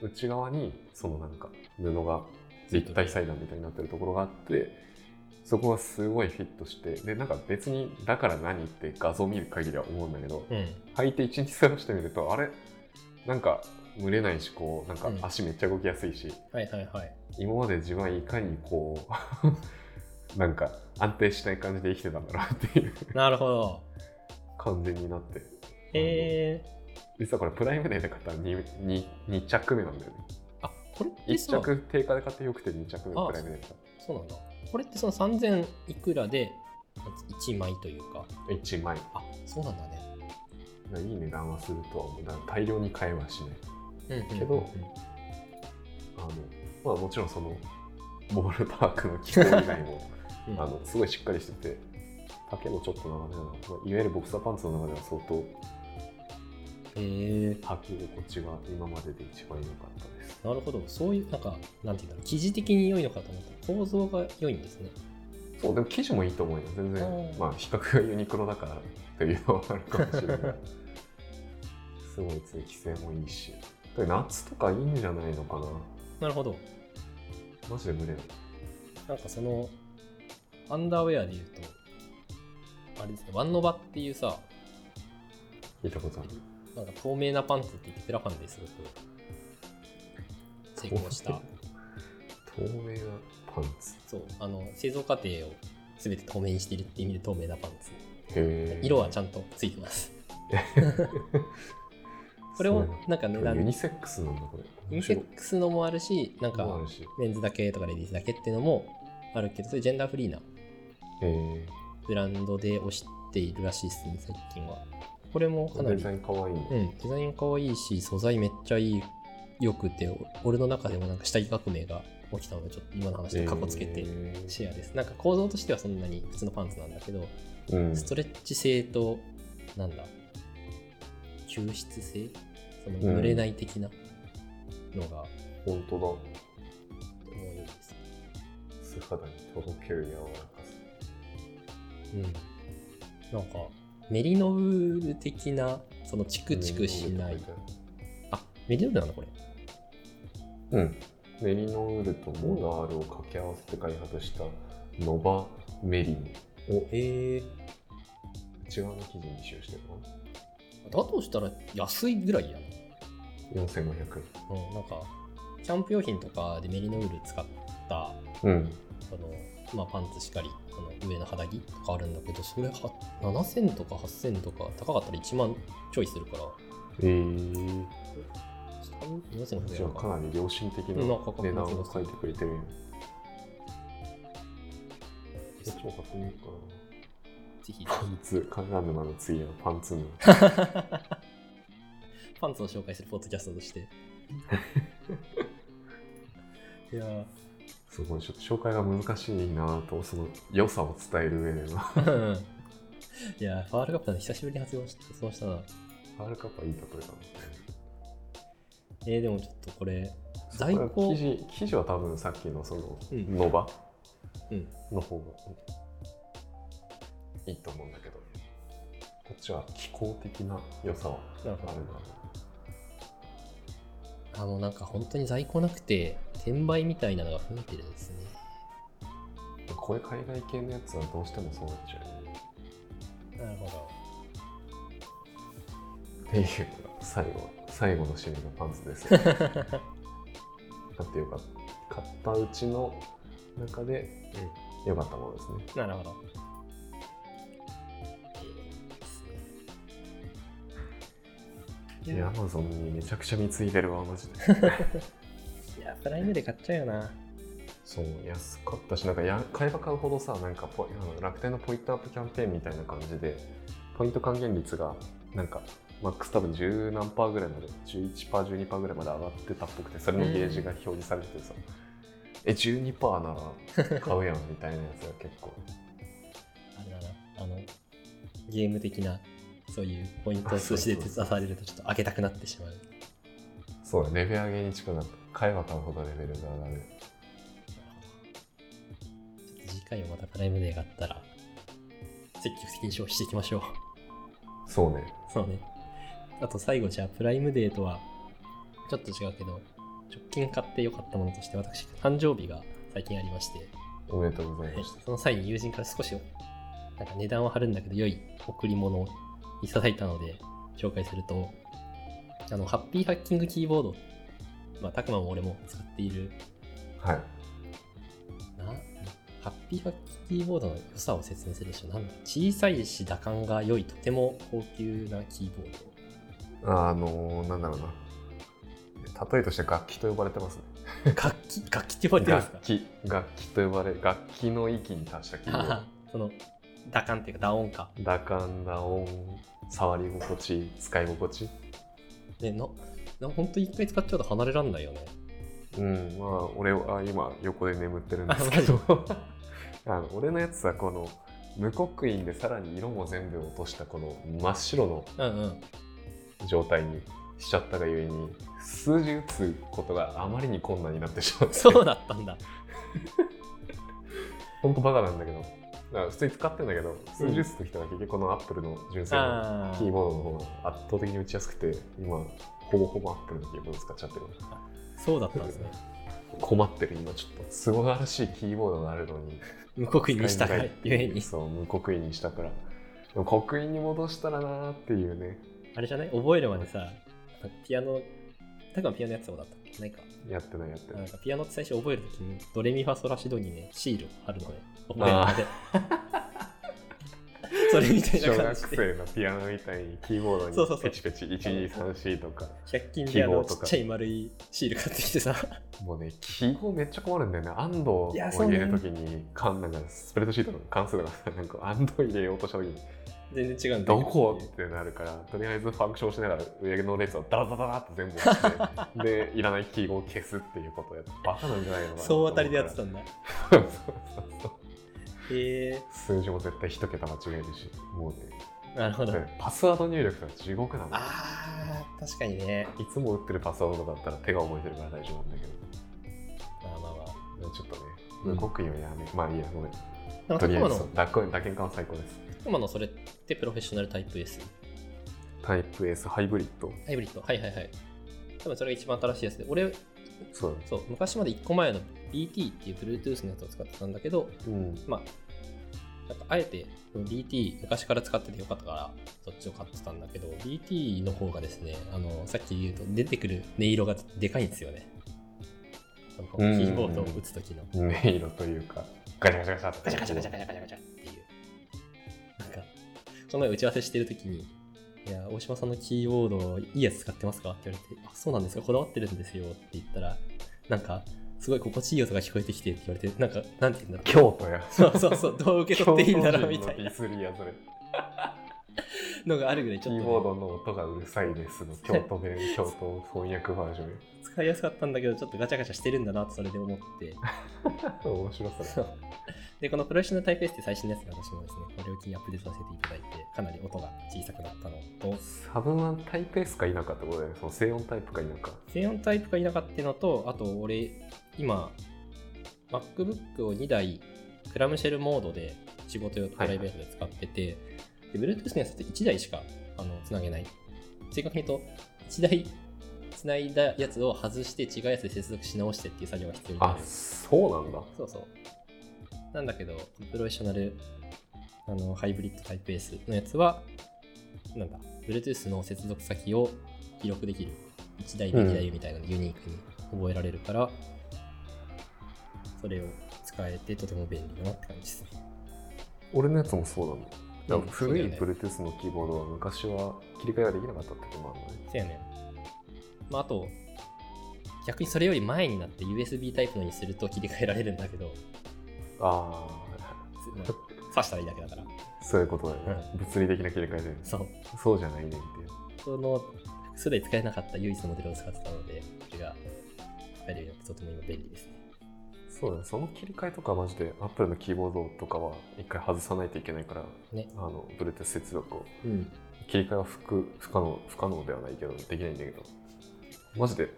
Speaker 1: うん。
Speaker 2: 内側にそのなんか、布が立体裁断みたいになってるところがあって、そこはすごいフィットして、で、なんか別に、だから何って画像見る限りは思うんだけど、
Speaker 1: うん。
Speaker 2: 履いて一日過ごしてみるとあれなんか蒸れないしこうなんか
Speaker 1: うん
Speaker 2: 足めっちゃ動きやすいし、
Speaker 1: はいはいはい。
Speaker 2: 今まで自分はいかにこう なんか安定しない感じで生きてたんだろうっていう
Speaker 1: なるほど。
Speaker 2: 感じになって
Speaker 1: え
Speaker 2: 実はこれプライムデーで買ったら 2, 2, 2着目なんだよね
Speaker 1: ー、あ、これって
Speaker 2: 1
Speaker 1: さ、
Speaker 2: 着定価で買ってよくて2着目
Speaker 1: あ
Speaker 2: プライムデーで買っ
Speaker 1: そうなんだ。これってその3000いくらで1枚というか。
Speaker 2: た1枚
Speaker 1: あ、そうなんだね。
Speaker 2: いい値段はするとは思うだから大量に買えはしない
Speaker 1: うんうんうんうん
Speaker 2: けどあのまあもちろんそのボールパークの機構以外も
Speaker 1: うん
Speaker 2: あのすごいしっかりしてて丈もちょっと長めなの、まあ、いわゆるボクサーパンツの中では相当
Speaker 1: えー、
Speaker 2: 履き心地が今までで一番良かったです
Speaker 1: なるほど。そういう、なんか、なんていうんだろう。生地的に良いのかと思った。構造が良いんですね。
Speaker 2: そうでも生地もいいと思うよ全然
Speaker 1: うん
Speaker 2: まあ比較がユニクロだからというのはあるかもし れないすごい通気性もいいしで夏とかいいんじゃないのかな
Speaker 1: なるほど。
Speaker 2: マジで無理ない
Speaker 1: なんかその、アンダーウェアで言うと、あれですね、ワンノバっていうさ、
Speaker 2: 聞いたことある。
Speaker 1: なんか透明なパンツって言ってペラパンですごく成功した。
Speaker 2: 透明なパンツ。
Speaker 1: そう、あの、製造過程を全て透明にしているって意味で透明なパンツ。
Speaker 2: へえ。
Speaker 1: 色はちゃんとついてます。これ
Speaker 2: を
Speaker 1: をなんか値段、
Speaker 2: ユ
Speaker 1: ユ
Speaker 2: ニセックスなんだこれ。
Speaker 1: ニセックスのもあるし、なん
Speaker 2: もあ
Speaker 1: か
Speaker 2: るし。
Speaker 1: メンズだけとかレディースだけっていうのもあるけど、そういうジェンダーフリーな
Speaker 2: へえ。
Speaker 1: ブランドで推しているらしいですね、最近は。これもかな
Speaker 2: デ
Speaker 1: り
Speaker 2: ザイン可愛いね。
Speaker 1: うん、デザイン可愛いし、素材めっちゃいい、よくて、お俺の中でもなんか下着革命が起きたので、ちょっと今の話でカッコつけてシェアです。なんか構造としてはそんなに普通のパンツなんだけど、
Speaker 2: ア。うん。
Speaker 1: ストレッチ性と、なんだ、吸湿性その
Speaker 2: うん
Speaker 1: 濡れない的なのが
Speaker 2: 本当
Speaker 1: 思うようです。
Speaker 2: だ。素肌にとろける柔らかさ。
Speaker 1: うん。なんか、メリノール的な、そのチクチクしない。あ、メリノールなのこれ。
Speaker 2: うん。メリノウールとモナールを掛け合わせて開発したノバメリノを
Speaker 1: へえ。
Speaker 2: 内側の生地に使用してるの
Speaker 1: だとしたら安いぐらいやな。
Speaker 2: 4500
Speaker 1: うん、なんかキャンプ用品とかでメリノウール使った
Speaker 2: うん
Speaker 1: その、まあ、パンツしかりその上の肌着とかあるんだけどそれは7000とか8000とか高かったら1万ちょいするから
Speaker 2: えー、じゃあ
Speaker 1: 4500
Speaker 2: かなり良心的な
Speaker 1: うんなんか
Speaker 2: 値段を書いてくれてるよ超買ってみようかな
Speaker 1: ぜひ
Speaker 2: パンツカンラ沼の次はパンツの
Speaker 1: パンツを紹介するポッドキャストとして いやー
Speaker 2: すごいちょっと紹介が難しいなとその良さを伝える上では
Speaker 1: うん いやーファールカップなんで久しぶりに発音し発音したな
Speaker 2: ワールカップはいい例えだな
Speaker 1: えー、でもちょっとこれ在庫
Speaker 2: 生地生地は多分さっきのその
Speaker 1: うん
Speaker 2: ノバ
Speaker 1: うん
Speaker 2: の方がいいと思うんだけどこっちは気候的な良さはあ
Speaker 1: なる
Speaker 2: る
Speaker 1: ほ
Speaker 2: な
Speaker 1: どあもうなんか本当に在庫なくて転売みたいなのが増えてるんですね
Speaker 2: これ海外系のやつはどうしてもそうなっちゃうよね
Speaker 1: なるほど
Speaker 2: っていう最後最後の趣味のパンツで すよ買ってよかった買ったうちの中で良かったものですね
Speaker 1: なるほど
Speaker 2: いやアマゾンにめちゃくちゃ貢いでるわマジで
Speaker 1: いやプライムで買っちゃうよな
Speaker 2: そう安かったしなんかや買えば買うほどさなんかポイあの楽天のポイントアップキャンペーンみたいな感じでポイント還元率がなんかマックス多分10何パーぐらいまで11パー12パーぐらいまで上がってたっぽくてそれのゲージが表示されててさ、え12パーなら買うやんみたいなやつが結構
Speaker 1: あれだなあのゲーム的なそういうポイントを数字で手出されるとちょっと上げたくなってしまう
Speaker 2: そうだレベル上げに近くなった買えば買うほどレベルが上がる
Speaker 1: ちょっと次回もまたプライムデーがあったら積極的に消費していきましょう
Speaker 2: そうね
Speaker 1: そうね。あと最後じゃあプライムデーとはちょっと違うけど直近買って良かったものとして私誕生日が最近ありまして
Speaker 2: おめでとうございまし
Speaker 1: その際に友人から少しなんか値段は張るんだけど良い贈り物をいただいたので紹介するとあのハッピーハッキングキーボードまあたくまも俺も使っている
Speaker 2: たはい
Speaker 1: なハッピーハッキングキーボードの良さを説明するでしょなんだ小さいし打感が良いとても高級なキーボード
Speaker 2: あのなんだろうな例えとして楽器と呼ばれてますね
Speaker 1: 楽器楽器って呼ばれてるんですか
Speaker 2: 楽器楽器と呼ばれ楽器の域に達したキーボー
Speaker 1: その打感っていうか打音か
Speaker 2: ド打感打音触り心地使い心地
Speaker 1: でのな本当に一回使っちゃうと離れらんないよね
Speaker 2: うんまあ俺はあ今横で眠ってるんですけど あの俺のやつはこの無刻印でさらに色も全部落としたこの真っ白の
Speaker 1: うんうん
Speaker 2: 状態にしちゃったがゆえに数字打つことがあまりに困難になってしまって
Speaker 1: そうだったん だ
Speaker 2: 本当バカなんだけどだから普通に使ってんだけど数字打つ時とか結局このアップルの純正の
Speaker 1: あ
Speaker 2: キーボードの方が圧倒的に打ちやすくて今ほぼほぼアップルのキーボード使っちゃってる
Speaker 1: そうだったんですね
Speaker 2: 困ってる今ちょっとすごいらしいキーボードがあるのに
Speaker 1: 無刻印にしたがゆえに
Speaker 2: そう無刻印にしたからでも刻印に戻したらなーっていうね
Speaker 1: あれじゃない覚えるまでさピアノたくんピアノやってたことあったっけないか
Speaker 2: やってないやってな
Speaker 1: なん
Speaker 2: い
Speaker 1: かピアノって最初覚えるときにドレミファソラシドにねシールを貼るのよ覚えるまで それみたい
Speaker 2: 小
Speaker 1: な感じ
Speaker 2: 学
Speaker 1: で
Speaker 2: 生のピアノみたいにキーボ
Speaker 1: そうそう
Speaker 2: ー
Speaker 1: そう
Speaker 2: ドにペチペチ1234とか
Speaker 1: 100均であ
Speaker 2: 記
Speaker 1: の
Speaker 2: 号
Speaker 1: ち
Speaker 2: と
Speaker 1: っ
Speaker 2: か
Speaker 1: ちゃい丸いシール買ってきてさ
Speaker 2: もうね記号めっちゃ困るんだよね安藤を
Speaker 1: いやそうね
Speaker 2: 入れるときにかんなんかスプレッドシートの関数とかさなんか安藤入れようとしたときに
Speaker 1: 全然違うんだけ
Speaker 2: どこってなるからとりあえずファンクションしながら上の列をダラダラダラって全部 押してでいらない記号を消すっていうことをやってバカなんじゃないのかなと
Speaker 1: 総
Speaker 2: 思
Speaker 1: 当たりでやって
Speaker 2: か
Speaker 1: たんだへ
Speaker 2: らそうそうそう
Speaker 1: え
Speaker 2: 数字も絶対一桁間違えるしもうね
Speaker 1: なるほど、
Speaker 2: でパスワード入力が地獄なの
Speaker 1: あー確かにね
Speaker 2: いつも打ってるパスワードだったら手が覚えてるから大丈夫なんだけ
Speaker 1: まあまあまあ
Speaker 2: どちょっとね
Speaker 1: うん
Speaker 2: 無刻印はやめ、まあいいやごめん
Speaker 1: なん
Speaker 2: と
Speaker 1: か
Speaker 2: り
Speaker 1: 今
Speaker 2: あえず
Speaker 1: の
Speaker 2: 打鍵打鍵感は最高です
Speaker 1: 今のそれってプロフェッショナルタイプ S
Speaker 2: タイプ S ハイブリッド
Speaker 1: ハイブリッドはいはいはい多分それが一番新しいやつで俺
Speaker 2: そうだね
Speaker 1: そう昔まで1個前の BT っていう Bluetooth のやつを使ってたんだけど
Speaker 2: うん
Speaker 1: まあなんかあえて BT 昔から使っててよかったからそっちを買ってたんだけど BT の方がですねあのさっき言うと出てくる音色がでかいんですよねそのキ
Speaker 2: うん
Speaker 1: ーボードを打つ時の
Speaker 2: 音色というかガチャガチャガチャって
Speaker 1: ガチャガチャガチャガチャガチャガチャっていう。なんか、この前打ち合わせしてるときに、いや、大島さんのキーボードいいやつ使ってますかって言われて、あ、そうなんですかこだわってるんですよって言ったら、なんか、すごい心地いい音が聞こえてきてって言われて、なんか、なんて言うんだろう。
Speaker 2: 京都や
Speaker 1: そうそうそう、どう受け取っていいんだろうみたいな
Speaker 2: 京都人のディスりやそれ
Speaker 1: のがあるぐらい、ち
Speaker 2: キ
Speaker 1: ょっ と
Speaker 2: ー
Speaker 1: ね、
Speaker 2: ボードの音がうるさいですの京都弁京都翻訳バージョン
Speaker 1: 使いやすかったんだけど、ちょっとガチャガチャしてるんだなってそれで思って。
Speaker 2: や面白さ
Speaker 1: そうで、このプロフェッショナルタイプ S って最新のやつが私もですね、これを機にアップデートさせていただいて、かなり音が小さくなったのと、
Speaker 2: サブマンタイプ S か否かってことだよねその静音タイプか否か
Speaker 1: 全音タイプがいなかっていうのとあと俺今 MacBook を2台クラムシェルモードで仕事用とプライベートで使ってて、で Bluetooth のやつって1台しかあのつなげない正確に言うと1台つないだやつを外して違うやつで接続し直してっていう作業が必要にな
Speaker 2: あ
Speaker 1: る
Speaker 2: そうなんだ
Speaker 1: そうそうなんだけどプロフェッショナルあのハイブリッドタイプ S のやつはなんだ Bluetooth の接続先を記録できる1台で2台みたいなのユニークに覚えられるから、それを使えてとても便利だなって感じですね
Speaker 2: 俺のやつもそうなんだだ
Speaker 1: う
Speaker 2: か
Speaker 1: ん
Speaker 2: ら古い
Speaker 1: そうだよね
Speaker 2: Bluetooth のキーボードは昔は切り替えができなかったってこともあるのね
Speaker 1: そうやねまああと逆にそれより前になって USB タイプのにすると切り替えられるんだけどつ
Speaker 2: あ
Speaker 1: まあ挿したらいいだけだから
Speaker 2: あそういうことだよね、物理的な切り替えで
Speaker 1: そう
Speaker 2: そうじゃないねんって
Speaker 1: その複数で使えなかった唯一のモデルを使ってたので、それが使えるようになってとても今便利ですね。
Speaker 2: そうだねその切り替えとかマジで Apple のキーボードとかは一回外さないといけないから
Speaker 1: ね。
Speaker 2: あの Bluetooth 接続を
Speaker 1: うん。
Speaker 2: 切り替えは不可不可能不可能ではないけどできないんだけどマジで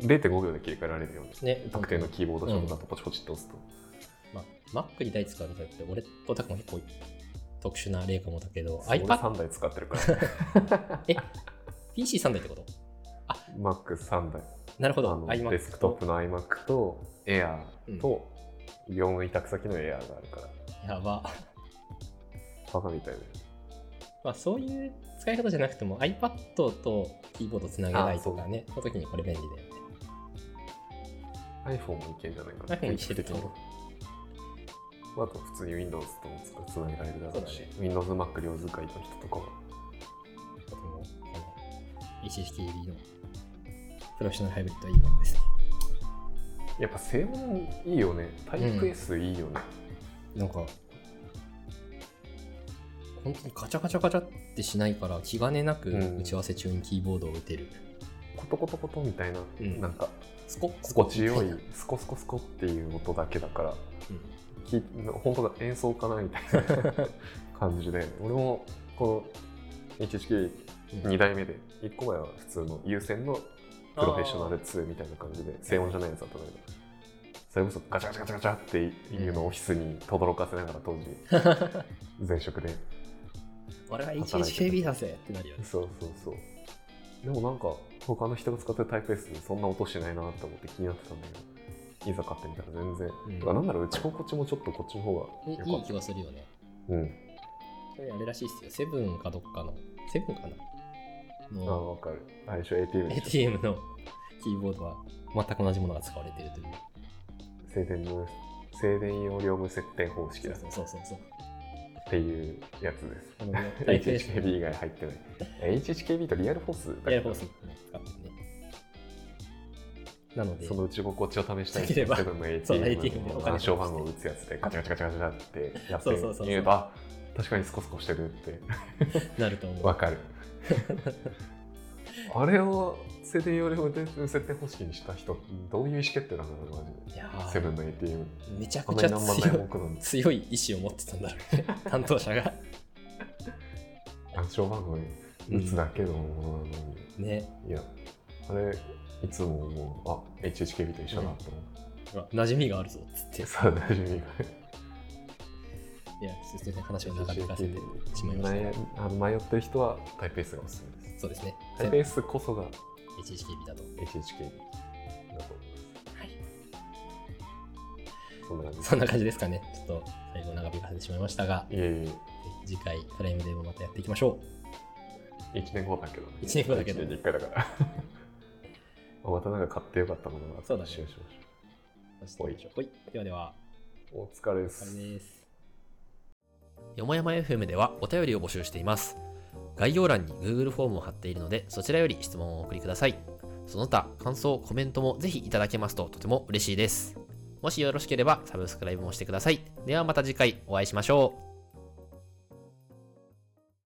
Speaker 2: 0.5秒で切り替えられるように
Speaker 1: ね。
Speaker 2: 特定の
Speaker 1: 本
Speaker 2: キーボードショートカットポチポチって押すと、
Speaker 1: 当に。まあ、Mac に台使われたって、俺とタクも結構特殊な例かもだけど、
Speaker 2: そう俺
Speaker 1: iPad、
Speaker 2: 3台使ってるから
Speaker 1: PC3 台ってこと
Speaker 2: Mac3 台
Speaker 1: なるほど。
Speaker 2: あの
Speaker 1: iMac と
Speaker 2: デスクトップの iMac と Air と業務委託先の Air があるから
Speaker 1: やば。
Speaker 2: バカみたいで
Speaker 1: まあ、そういう使い方じゃなくても iPad とキーボードつなげないとかね、その時にこれ便利だよね。
Speaker 2: iPhone もいけんじゃないかな
Speaker 1: iPhone いけると思う
Speaker 2: まああと普通に Windows ともつなげられるだろう
Speaker 1: そ
Speaker 2: し
Speaker 1: うだね
Speaker 2: Windows、Mac 両使いの人とかは
Speaker 1: とても、この HHKB のプロフェッショナルハイブリッドはいいものですね。
Speaker 2: やっぱ性能いいよねタイプ S いいよね、
Speaker 1: なんか、本当にガチャガチャガチャってしないから、気兼ねなく
Speaker 2: うん
Speaker 1: 打ち合わせ中にキーボードを打てる。
Speaker 2: コトコトコトみたいな、
Speaker 1: うん
Speaker 2: なんか
Speaker 1: スコッ
Speaker 2: 心地よ
Speaker 1: う
Speaker 2: い
Speaker 1: ん
Speaker 2: スコスコスコっていう音だけだからき本当だ演奏かなみたい な感じで俺もこの HHK2
Speaker 1: うん
Speaker 2: 代目で1個前は普通の優先のプロフェッショナル2みたいな感じで静音じゃないやつだったんだけどそれこそガチャガチャガチャガチャっていうのをオフィスに轟かせながら 当時前職で
Speaker 1: 俺は
Speaker 2: 働いてる
Speaker 1: HHKB だぜってなるよね。
Speaker 2: そうそうそうでもなんか他の人が使ってるタイプ S そんな音しないなって思って気になってたんだけどいざ買ってみたら全然、
Speaker 1: うん
Speaker 2: だからなんだろう打ち心地もちょっとこっちの方が
Speaker 1: え
Speaker 2: 良か
Speaker 1: いい
Speaker 2: っ
Speaker 1: 気はするよね。
Speaker 2: た、うん、
Speaker 1: それあれらしいっすよ。セブンかどっかの、セブンかな
Speaker 2: ああ
Speaker 1: の
Speaker 2: 分かる最初 ATM でしょ
Speaker 1: ATM のキーボードは全く同じものが使われているという。
Speaker 2: 静電無静電容量無接点方式
Speaker 1: そ
Speaker 2: だ
Speaker 1: う
Speaker 2: っ
Speaker 1: そうそうそうそう。
Speaker 2: ていうやつです
Speaker 1: あのね台北市の
Speaker 2: HHKB 以外入ってない HHKB とリアルフォースだっけ
Speaker 1: エアフォースね使ってるね。なので、
Speaker 2: そのうち心地を試したい
Speaker 1: できれば
Speaker 2: セブンの
Speaker 1: そう
Speaker 2: ATM
Speaker 1: ATM で
Speaker 2: の
Speaker 1: お金
Speaker 2: 暗証番号を打つやつでガチャガチャガチャガチャってやっ
Speaker 1: そうそうそうそ
Speaker 2: て
Speaker 1: う
Speaker 2: みるとあ確かにスコスコしてるって
Speaker 1: なると思
Speaker 2: わ
Speaker 1: う。
Speaker 2: かる あれを静電容量無接点方式にした人どういう意思決定なんだろうマジ
Speaker 1: いや
Speaker 2: で
Speaker 1: ー
Speaker 2: セブンの ATM
Speaker 1: めちゃ
Speaker 2: あ
Speaker 1: く
Speaker 2: ん
Speaker 1: ち
Speaker 2: な
Speaker 1: ゃ
Speaker 2: に何万台
Speaker 1: 強
Speaker 2: も
Speaker 1: い
Speaker 2: 置くのに
Speaker 1: 強い意志を持ってたんだろうね、 担当者が。
Speaker 2: 暗証番号打つだけのものなのに、
Speaker 1: ね、
Speaker 2: いやあれいつももうあ HHKB と一緒だと思っ、
Speaker 1: うわ馴染みがあるぞっつってて。
Speaker 2: そう大丈夫
Speaker 1: いや、すいません、話を長引かせてしまいました。
Speaker 2: 迷あの迷ってる人はタイペースがおすすめです。
Speaker 1: そうですね。
Speaker 2: タイペースこそが
Speaker 1: HHKB だと。
Speaker 2: HHK だと思い
Speaker 1: はい。
Speaker 2: ます。そ
Speaker 1: そん
Speaker 2: んな感じです。
Speaker 1: な感じですかね。ちょっと最後長引かせてしまいましたが、
Speaker 2: いえい
Speaker 1: 次回プライムデーもまたやっていきましょ
Speaker 2: え、1年後だけど、ね。
Speaker 1: 一年後だけど
Speaker 2: 1年に1回だ から。あまたなんか買ってよかったものが
Speaker 1: そうだね
Speaker 2: しましょ
Speaker 1: う。ほい。ほい。ではでは、
Speaker 2: う。お疲れで
Speaker 1: お
Speaker 2: す。
Speaker 1: 疲れです。よもやま FM ではお便りを募集しています。概要欄に Google フォームを貼っているので、そちらより質問をお送りください。その他、感想、コメントもぜひいただけますととても嬉しいです。もしよろしければサブスクライブもしてください。ではまた次回お会いしましょう。